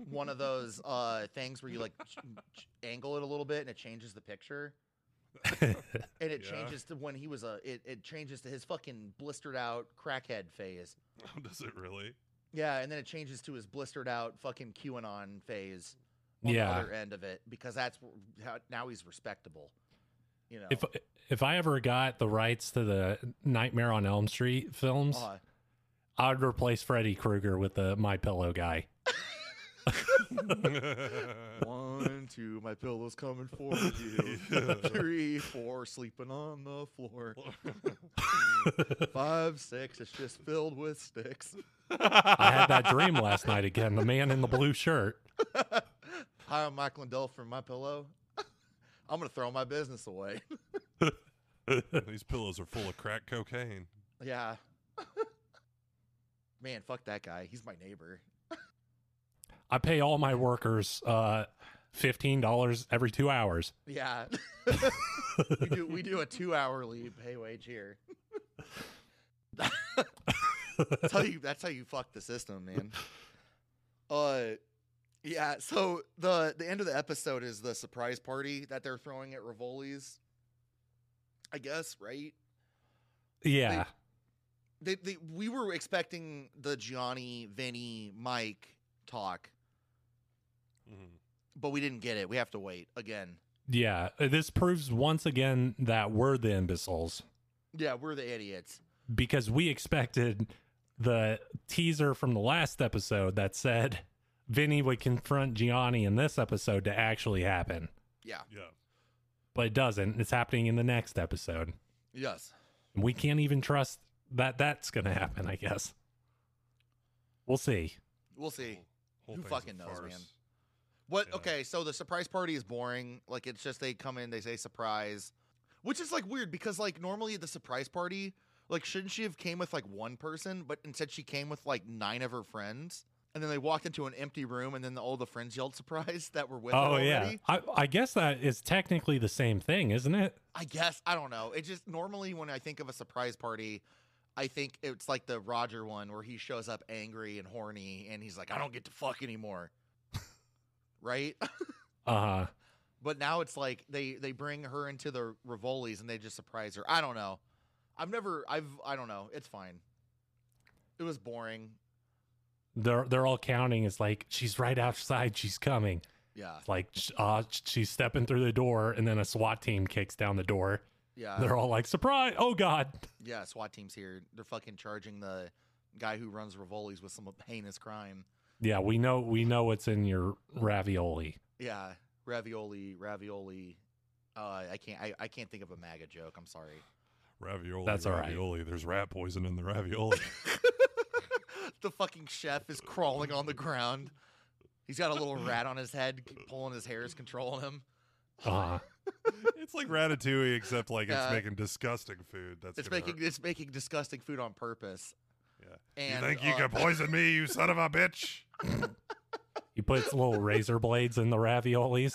[SPEAKER 6] one of those uh things where you like ch- ch- angle it a little bit and it changes the picture. And it
[SPEAKER 5] Yeah.
[SPEAKER 6] changes to when he was a it, it changes to his fucking blistered out crackhead phase.
[SPEAKER 5] does it really?
[SPEAKER 6] Yeah, and then it changes to his blistered out fucking QAnon phase. On
[SPEAKER 7] Yeah.
[SPEAKER 6] the other end of it because that's wh- how, now he's respectable. You know.
[SPEAKER 7] If if I ever got the rights to the Nightmare on Elm Street films,
[SPEAKER 6] Uh,
[SPEAKER 7] I'd replace Freddy Krueger with the My Pillow guy.
[SPEAKER 6] One, two, my pillow's coming for you. Three, four, sleeping on the floor. Five, six, it's just filled with sticks.
[SPEAKER 7] I had that dream last night again. The man in the blue shirt.
[SPEAKER 6] Hi, I'm Mike Lindell from My Pillow. I'm gonna throw my business away.
[SPEAKER 5] These pillows are full of crack cocaine.
[SPEAKER 6] yeah. Man, fuck that guy. He's my neighbor.
[SPEAKER 7] I pay all my workers uh, fifteen dollars every two hours.
[SPEAKER 6] Yeah. we, do, we do a two hourly pay wage here. that's how you that's how you fuck the system, man. Uh yeah, so the the end of the episode is the surprise party that they're throwing at Rivoli's. I guess, right?
[SPEAKER 7] Yeah,
[SPEAKER 6] They, they we were expecting the Gianni, Vinny, Mike talk, Mm-hmm.
[SPEAKER 5] Mhm.
[SPEAKER 6] but we didn't get it. We have to wait again.
[SPEAKER 7] yeah. This proves once again that we're the imbeciles
[SPEAKER 6] Yeah, we're the idiots.
[SPEAKER 7] because we expected the teaser from the last episode that said Vinny would confront Gianni in this episode to actually happen,
[SPEAKER 6] Yeah.
[SPEAKER 5] Yeah,
[SPEAKER 7] but it doesn't. It's happening in the next episode.
[SPEAKER 6] Yes.
[SPEAKER 7] And we can't even trust that that's going to happen. I guess we'll see.
[SPEAKER 6] We'll see.
[SPEAKER 5] Whole
[SPEAKER 6] Who
[SPEAKER 5] thing's a
[SPEAKER 6] fucking knows,
[SPEAKER 5] farce.
[SPEAKER 6] man? What?
[SPEAKER 5] Yeah.
[SPEAKER 6] Okay, so the surprise party is boring. Like it's just they come in, they say surprise, which is like weird because like normally the surprise party, like shouldn't she have came with like one person, but instead she came with like nine of her friends, and then they walked into an empty room, and then all the friends yelled surprise that were with. her
[SPEAKER 7] Oh yeah,
[SPEAKER 6] already.
[SPEAKER 7] I, I guess that is technically the same thing, isn't it?
[SPEAKER 6] I guess I don't know. It just normally when I think of a surprise party, I think it's like the Roger one where he shows up angry and horny and he's like, I don't get to fuck anymore. right?
[SPEAKER 7] Uh
[SPEAKER 6] But now it's like they they bring her into the Rivoli's and they just surprise her. I don't know. I've never I've I don't know. It's fine. It was boring.
[SPEAKER 7] they're they're all counting. It's like she's right outside. She's coming.
[SPEAKER 6] Yeah.
[SPEAKER 7] It's like sh- uh, sh- she's stepping through the door, and then a SWAT team kicks down the door.
[SPEAKER 6] Yeah.
[SPEAKER 7] They're all like, "Surprise! Oh God!"
[SPEAKER 6] Yeah, SWAT team's here. They're fucking charging the guy who runs Rivoli's with some heinous crime.
[SPEAKER 7] Yeah, we know we know what's in your ravioli.
[SPEAKER 6] Yeah, ravioli, ravioli. Uh, I can't. I, I can't think of a MAGA joke. I'm sorry.
[SPEAKER 5] Ravioli.
[SPEAKER 7] That's all right.
[SPEAKER 5] ravioli. There's rat poison in the ravioli.
[SPEAKER 6] the fucking chef is crawling on the ground. He's got a little rat on his head, c- pulling his hairs, controlling him.
[SPEAKER 7] Uh,
[SPEAKER 5] it's like ratatouille, except like it's
[SPEAKER 6] Yeah.
[SPEAKER 5] making disgusting food. That's
[SPEAKER 6] It's
[SPEAKER 5] gonna
[SPEAKER 6] making
[SPEAKER 5] hurt.
[SPEAKER 6] it's making disgusting food on purpose.
[SPEAKER 5] Yeah.
[SPEAKER 6] And
[SPEAKER 5] you think you
[SPEAKER 6] uh,
[SPEAKER 5] can poison me, you son of a bitch?
[SPEAKER 7] he puts little razor blades in the raviolis.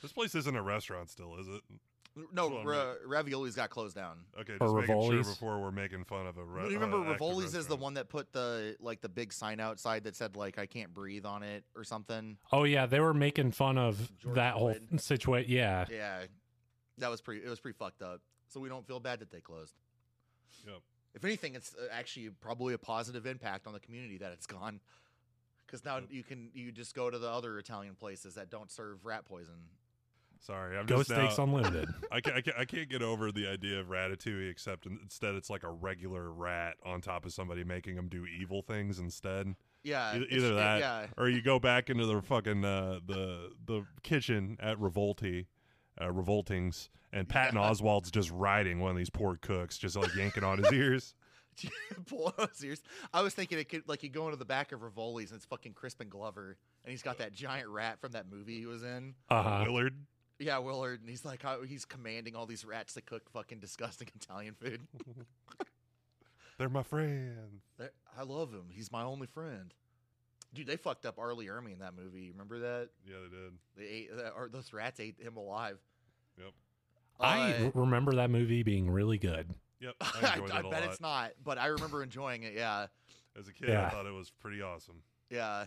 [SPEAKER 5] This place isn't a restaurant, still, is it?
[SPEAKER 6] No,
[SPEAKER 5] Well,
[SPEAKER 6] ra- ravioli's got closed down.
[SPEAKER 5] Okay, just
[SPEAKER 7] Or
[SPEAKER 5] making
[SPEAKER 7] Rivoli's?
[SPEAKER 5] sure before we're making fun of a re-
[SPEAKER 6] You remember
[SPEAKER 5] uh, active
[SPEAKER 6] Rivoli's is the
[SPEAKER 5] restaurant.
[SPEAKER 6] one that put the like the big sign outside that said like I can't breathe on it or something.
[SPEAKER 7] Oh yeah, they were making fun of
[SPEAKER 6] George
[SPEAKER 7] that whole
[SPEAKER 6] Floyd.
[SPEAKER 7] situation. Yeah,
[SPEAKER 6] Yeah, that was pretty. It was pretty fucked up. So we don't feel bad that they closed.
[SPEAKER 5] Yep.
[SPEAKER 6] If anything, it's uh, actually probably a positive impact on the community that it's gone, because now
[SPEAKER 5] Yep.
[SPEAKER 6] you can you just go to the other Italian places that don't serve rat poison.
[SPEAKER 5] Sorry, I'm
[SPEAKER 7] Ghost
[SPEAKER 5] just now,
[SPEAKER 7] Steaks Unlimited.
[SPEAKER 5] I, can't, I, can't, I can't get over the idea of ratatouille, except in, instead it's like a regular rat on top of somebody making them do evil things instead.
[SPEAKER 6] Yeah,
[SPEAKER 5] Either-
[SPEAKER 6] it's-
[SPEAKER 5] E-, either
[SPEAKER 6] it-
[SPEAKER 5] that
[SPEAKER 6] Yeah,
[SPEAKER 5] Or you go back into the fucking uh, the the kitchen at Revolti, uh, Revoltings, and Patton
[SPEAKER 6] Yeah.
[SPEAKER 5] Oswald's just riding one of these poor cooks, just like yanking on his ears.
[SPEAKER 6] Pull out his ears. I was thinking it could like you go into the back of Rivoli's and it's fucking Crispin Glover and he's got that giant rat from that movie he was in.
[SPEAKER 7] Uh huh.
[SPEAKER 5] Willard.
[SPEAKER 6] Yeah, Willard, and he's like how he's commanding all these rats to cook fucking disgusting Italian food.
[SPEAKER 5] They're my friend.
[SPEAKER 6] They're- I love him. He's my only friend. Dude, they fucked up Arlie Ermy in that movie. Remember that?
[SPEAKER 5] Yeah, they did.
[SPEAKER 6] They ate that, or those rats ate him alive.
[SPEAKER 5] Yep.
[SPEAKER 7] I
[SPEAKER 6] Uh,
[SPEAKER 7] r- remember that movie being really good.
[SPEAKER 5] Yep. I
[SPEAKER 6] I,
[SPEAKER 5] enjoyed
[SPEAKER 6] I
[SPEAKER 5] it a
[SPEAKER 6] bet
[SPEAKER 5] lot.
[SPEAKER 6] it's not, but I remember enjoying it. Yeah,
[SPEAKER 5] As a kid, I
[SPEAKER 7] Yeah.
[SPEAKER 5] thought it was pretty awesome.
[SPEAKER 6] yeah,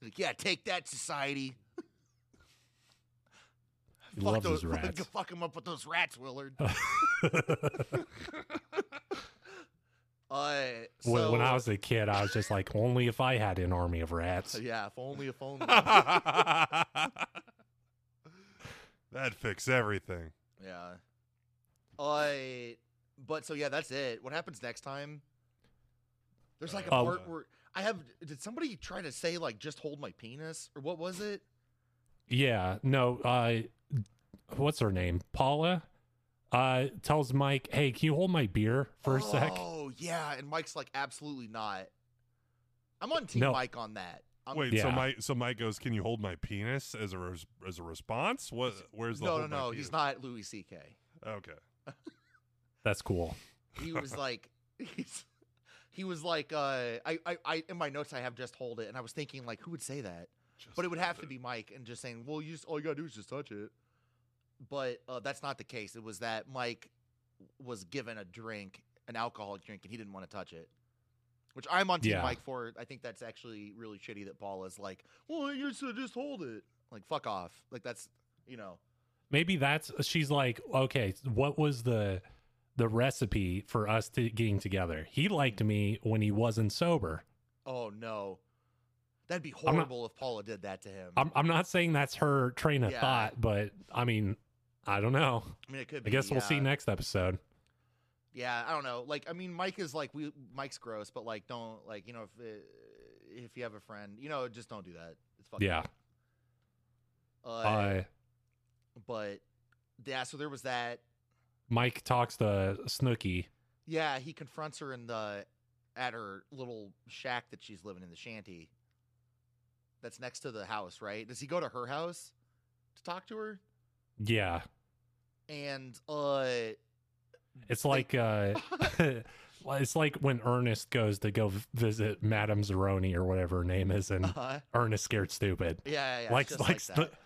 [SPEAKER 6] like yeah. Take that, society.
[SPEAKER 7] He loves
[SPEAKER 6] those
[SPEAKER 7] his rats.
[SPEAKER 6] Fuck him up with those rats, Willard. Uh,
[SPEAKER 7] When-
[SPEAKER 6] so,
[SPEAKER 7] when I was a kid, I was just like, only if I had an army of rats.
[SPEAKER 6] yeah, if only, if only.
[SPEAKER 5] That'd fix everything.
[SPEAKER 6] Yeah. I. Uh, But so yeah, that's it. What happens next time? There's like a
[SPEAKER 7] Uh,
[SPEAKER 6] part where I have. Did somebody try to say like just hold my penis or what was it?
[SPEAKER 7] Yeah, no, uh what's her name? Paula uh tells Mike, "Hey, can you hold my beer for a sec?"
[SPEAKER 6] Oh yeah, and Mike's like absolutely not. I'm on team
[SPEAKER 7] No.
[SPEAKER 6] Mike on that. I'm,
[SPEAKER 5] Wait, so
[SPEAKER 7] Yeah.
[SPEAKER 5] Mike, so Mike goes, "Can you hold my penis?" as a res- as a response. What? Where's the
[SPEAKER 6] no, no,
[SPEAKER 5] hold my
[SPEAKER 6] no. He's
[SPEAKER 5] penis?
[SPEAKER 6] not Louis C.K.
[SPEAKER 5] Okay.
[SPEAKER 7] That's cool.
[SPEAKER 6] He was like, he's, he was like, uh, I, I, I, in my notes I have just hold it, and I was thinking like, who would say that? But it would have to be Mike and just saying, "Well, you just, all you gotta do is just touch it." But uh, that's not the case. It was that Mike was given a drink, an alcoholic drink, and he didn't want to touch it. Which I'm on team
[SPEAKER 7] Yeah.
[SPEAKER 6] Mike for. I think that's actually really shitty that Paul is like, "Well, you should just hold it." Like, fuck off. Like that's you know,
[SPEAKER 7] Maybe that's she's like, "Okay, what was the the recipe for us to getting together? He liked me when he wasn't sober."
[SPEAKER 6] oh no, that'd be
[SPEAKER 7] not-
[SPEAKER 6] horrible if Paula did that to him.
[SPEAKER 7] I'm I'm not saying that's her train of
[SPEAKER 6] Yeah.
[SPEAKER 7] thought, but I mean, I don't know.
[SPEAKER 6] I mean, it could.
[SPEAKER 7] I
[SPEAKER 6] Be,
[SPEAKER 7] guess we'll see
[SPEAKER 6] yeah.
[SPEAKER 7] next episode.
[SPEAKER 6] Yeah, I don't know. Like, I mean, Mike is like we. Mike's gross, but like, don't like you know if uh, if you have a friend, you know, just don't do that. It's fucking
[SPEAKER 7] Yeah.
[SPEAKER 6] Uh,
[SPEAKER 7] Uh
[SPEAKER 6] but yeah, so there was that.
[SPEAKER 7] Mike talks to Snooky.
[SPEAKER 6] Yeah, he confronts her in the at her little shack that she's living in the shanty. That's next to the house, right? Does he go to her house to talk to her?
[SPEAKER 7] Yeah.
[SPEAKER 6] And uh,
[SPEAKER 7] It's
[SPEAKER 6] Like-
[SPEAKER 7] like uh well, it's like when Ernest goes to go v- visit Madame Zeroni or whatever her name is and
[SPEAKER 6] uh
[SPEAKER 7] Ernest scared stupid.
[SPEAKER 6] yeah, yeah, yeah, it's
[SPEAKER 7] like
[SPEAKER 6] just
[SPEAKER 7] like,
[SPEAKER 6] like, that.
[SPEAKER 7] Sno-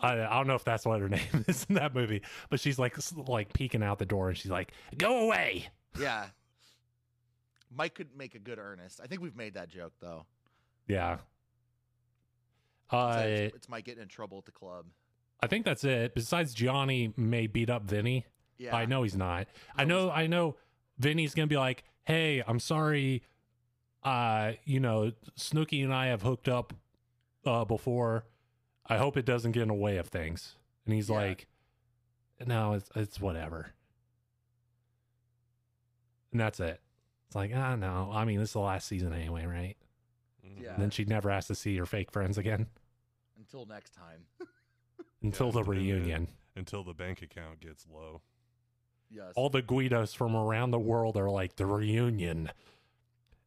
[SPEAKER 7] I, I don't know if that's what her name is in that movie, but she's like s- like peeking out the door and she's like, "Go away."
[SPEAKER 6] Yeah. Mike could make a good Ernest. I think we've made that joke though.
[SPEAKER 7] Yeah.
[SPEAKER 6] So
[SPEAKER 7] Uh,
[SPEAKER 6] it's, it's Mike getting in trouble at the club.
[SPEAKER 7] I think that's it. Besides, Gianni may beat up Vinny.
[SPEAKER 6] Yeah.
[SPEAKER 7] I know he's not. I
[SPEAKER 6] No, he's
[SPEAKER 7] know. I know. Vinny's gonna be like, "Hey, I'm sorry. Uh, you know, Snooky and I have hooked up uh, before. I hope it doesn't get in the way of things." And he's
[SPEAKER 6] Yeah.
[SPEAKER 7] like, "No, it's it's whatever." And that's it. It's like, ah, no. I mean, this is the last season anyway, right?
[SPEAKER 5] Mhm.
[SPEAKER 6] Yeah.
[SPEAKER 7] And then she never has to see her fake friends again
[SPEAKER 6] Until next time.
[SPEAKER 7] until the
[SPEAKER 5] and then-
[SPEAKER 7] reunion.
[SPEAKER 6] Mm-hmm.
[SPEAKER 5] Until the bank account gets low.
[SPEAKER 6] Yes.
[SPEAKER 7] All the Guidos from around the world are like the reunion.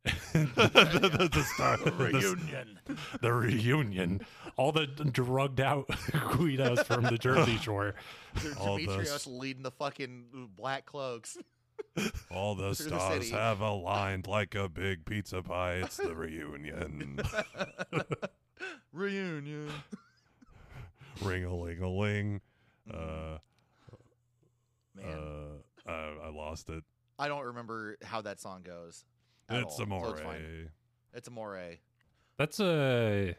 [SPEAKER 5] the, the- the star-
[SPEAKER 6] The
[SPEAKER 5] the-
[SPEAKER 6] reunion.
[SPEAKER 7] the reunion. All the drugged out Guidos from the Jersey Shore.
[SPEAKER 6] Dude,
[SPEAKER 5] All
[SPEAKER 6] Demetrios
[SPEAKER 5] those-
[SPEAKER 6] leading the fucking black cloaks.
[SPEAKER 5] All the
[SPEAKER 6] Through the
[SPEAKER 5] stars
[SPEAKER 6] city.
[SPEAKER 5] have aligned like a big pizza pie. It's the reunion.
[SPEAKER 6] reunion.
[SPEAKER 5] Ring a ling a ling.
[SPEAKER 6] Mhm.
[SPEAKER 5] Uh,
[SPEAKER 6] Man,
[SPEAKER 5] uh, I, I lost it.
[SPEAKER 6] I don't remember how that song goes. at all,
[SPEAKER 5] It's
[SPEAKER 6] so
[SPEAKER 5] Amore.
[SPEAKER 6] fine. It's Amore.
[SPEAKER 7] That's a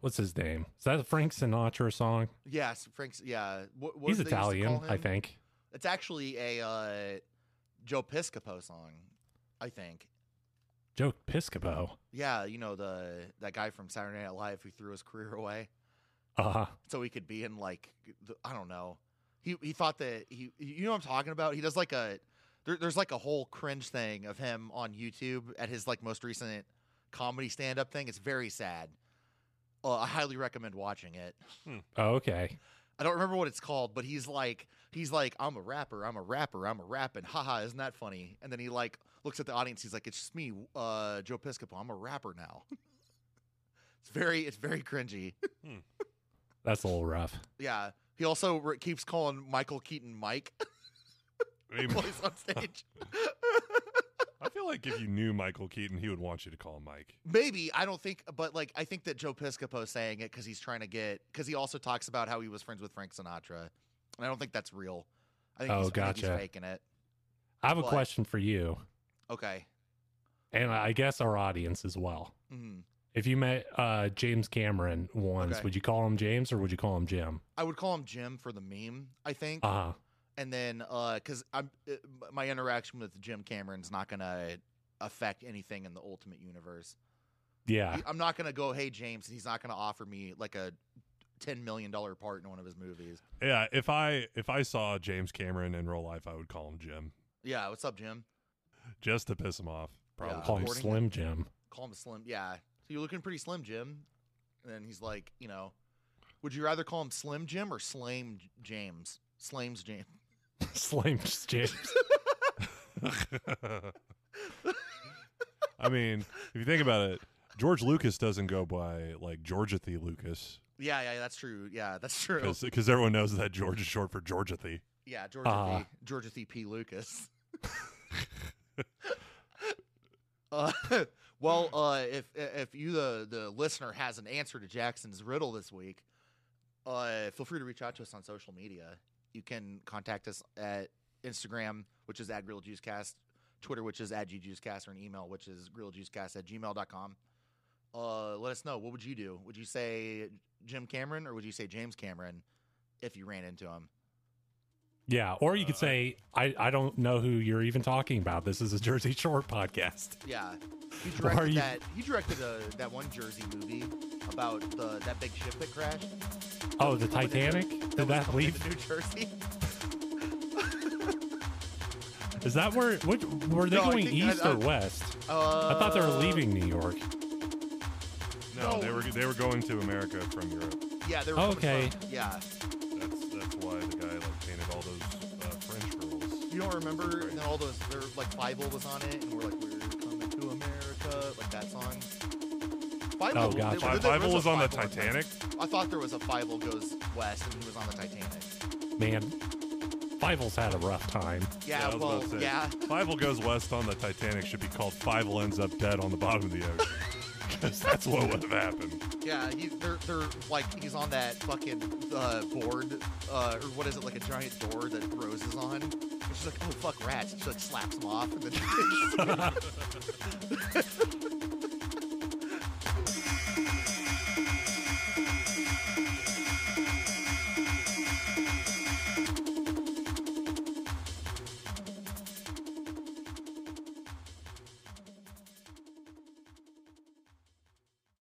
[SPEAKER 7] what's his name? Is that a Frank Sinatra song?
[SPEAKER 6] Yes, Frank's. Yeah, what, what
[SPEAKER 7] He's
[SPEAKER 6] did they used to call
[SPEAKER 7] Italian, I
[SPEAKER 6] him?
[SPEAKER 7] think.
[SPEAKER 6] It's actually a uh, Joe Piscopo song, I think.
[SPEAKER 7] Joe Piscopo.
[SPEAKER 6] Yeah, you know the that guy from Saturday Night Live who threw his career away
[SPEAKER 7] Uh
[SPEAKER 6] so he could be in like the, I don't know. He he thought that he you know what I'm talking about. He does like a there, there's like a whole cringe thing of him on YouTube at his like most recent comedy stand up thing. It's very sad. Uh, I highly recommend watching it.
[SPEAKER 7] Oh, okay.
[SPEAKER 6] I don't remember what it's called, but he's like, he's like, I'm a rapper, I'm a rapper, I'm a rapping, haha, isn't that funny? And then he like looks at the audience, he's like, it's just me, uh, Joe Piscopo, I'm a rapper now. it's very, it's very cringy.
[SPEAKER 7] That's a little rough.
[SPEAKER 6] yeah, he also re- keeps calling Michael Keaton Mike
[SPEAKER 5] Hey,
[SPEAKER 6] while he's on stage.
[SPEAKER 5] I feel like if you knew Michael Keaton, he would want you to call him Mike.
[SPEAKER 6] Maybe I don't think, but like I think that Joe Piscopo's saying it because he's trying to get because he also talks about how he was friends with Frank Sinatra, and I don't think that's real. I think,
[SPEAKER 7] Oh,
[SPEAKER 6] he's, I think he's
[SPEAKER 7] gotcha.
[SPEAKER 6] faking it.
[SPEAKER 7] I have a
[SPEAKER 6] What?
[SPEAKER 7] question for you,
[SPEAKER 6] Okay.
[SPEAKER 7] and I guess our audience as well.
[SPEAKER 6] hmm
[SPEAKER 7] If you met uh, James Cameron once,
[SPEAKER 6] Okay.
[SPEAKER 7] would you call him James or would you call him Jim?
[SPEAKER 6] I would call him Jim for the meme, I think.
[SPEAKER 7] Uh huh.
[SPEAKER 6] and then, uh, because I'm uh, m- my interaction with Jim Cameron's not gonna affect anything in the Ultimate Universe.
[SPEAKER 7] Yeah.
[SPEAKER 6] He- I'm not gonna go, hey James, and he's not gonna offer me like a ten million dollar part in one of his movies.
[SPEAKER 5] Yeah, if I if I saw James Cameron in real life, I would call him Jim,
[SPEAKER 6] Yeah, what's up, Jim?
[SPEAKER 5] just to piss him off. Probably.
[SPEAKER 6] Yeah.
[SPEAKER 7] call him
[SPEAKER 6] Recording it?
[SPEAKER 7] Slim Jim.
[SPEAKER 6] Call him Slim. Yeah, so you're looking pretty slim, Jim. And then he's like, you know, would you rather call him Slim Jim or Slame J- James? Slames James.
[SPEAKER 7] Slim James.
[SPEAKER 5] I mean, if you think about it, George Lucas doesn't go by like Georgia The Lucas
[SPEAKER 6] Yeah, yeah, that's true. Yeah, that's true.
[SPEAKER 5] because everyone knows that George is short for Georgia The.
[SPEAKER 6] Yeah, E Georgia
[SPEAKER 7] Uh.
[SPEAKER 6] Th- Georgia Th- P. Lucas. uh, well, uh, if if you the the listener has an answer to Jackson's riddle this week, uh, feel free to reach out to us on social media. You can contact us at Instagram, which is at GrillJuiceCast, Twitter, which is at GJuiceCast, or an email, which is GrillJuiceCast at gmail.com. Uh, let us know. What would you do? Would you say Jim Cameron or would you say James Cameron if you ran into him?
[SPEAKER 7] Yeah, or you could
[SPEAKER 5] Uh,
[SPEAKER 7] say, I, I don't know who you're even talking about. This is a Jersey Shore podcast.
[SPEAKER 6] Yeah, he
[SPEAKER 7] Why are
[SPEAKER 6] directed
[SPEAKER 7] you-
[SPEAKER 6] that. He directed uh that one Jersey movie about the that big ship that crashed.
[SPEAKER 7] Oh, the
[SPEAKER 6] Coming into-
[SPEAKER 7] Titanic? Did
[SPEAKER 6] was
[SPEAKER 7] that
[SPEAKER 6] coming
[SPEAKER 7] leave?
[SPEAKER 6] into New Jersey?
[SPEAKER 7] Is that where what, were they
[SPEAKER 6] No, I
[SPEAKER 7] going
[SPEAKER 6] think I-
[SPEAKER 7] east
[SPEAKER 6] I-
[SPEAKER 7] or west?
[SPEAKER 6] Uh,
[SPEAKER 7] I thought they were leaving New York.
[SPEAKER 5] No,
[SPEAKER 6] No.
[SPEAKER 5] they were they were going to America from Europe.
[SPEAKER 6] Yeah, they were. coming
[SPEAKER 7] Oh, Okay.
[SPEAKER 6] from- yeah,
[SPEAKER 5] That's that's why the guy like painted all those uh, French girls.
[SPEAKER 6] you don't remember? And then all those their like Bible was on it, and we're like, we're coming to America, like that song. Bible,
[SPEAKER 7] Oh,
[SPEAKER 6] there-
[SPEAKER 7] gotcha.
[SPEAKER 6] there-
[SPEAKER 5] My
[SPEAKER 6] there
[SPEAKER 5] Bible was
[SPEAKER 6] a
[SPEAKER 5] on the
[SPEAKER 6] Bible in there.
[SPEAKER 5] Titanic.
[SPEAKER 6] I thought there was a Bible goes west, and he was on the Titanic.
[SPEAKER 7] Man, Bible's had a rough time.
[SPEAKER 5] I
[SPEAKER 6] Yeah,
[SPEAKER 5] was about
[SPEAKER 6] well,
[SPEAKER 5] to say,
[SPEAKER 6] yeah.
[SPEAKER 5] Fivel goes west on the Titanic should be called Fivel ends up dead on the bottom of the ocean. 'Cause that's what would have happened.
[SPEAKER 6] Yeah, he, they're they're like he's on that fucking uh, board, uh, or what is it, like a giant door that Rose is on. It's She's like, oh fuck rats. She like slaps him off and then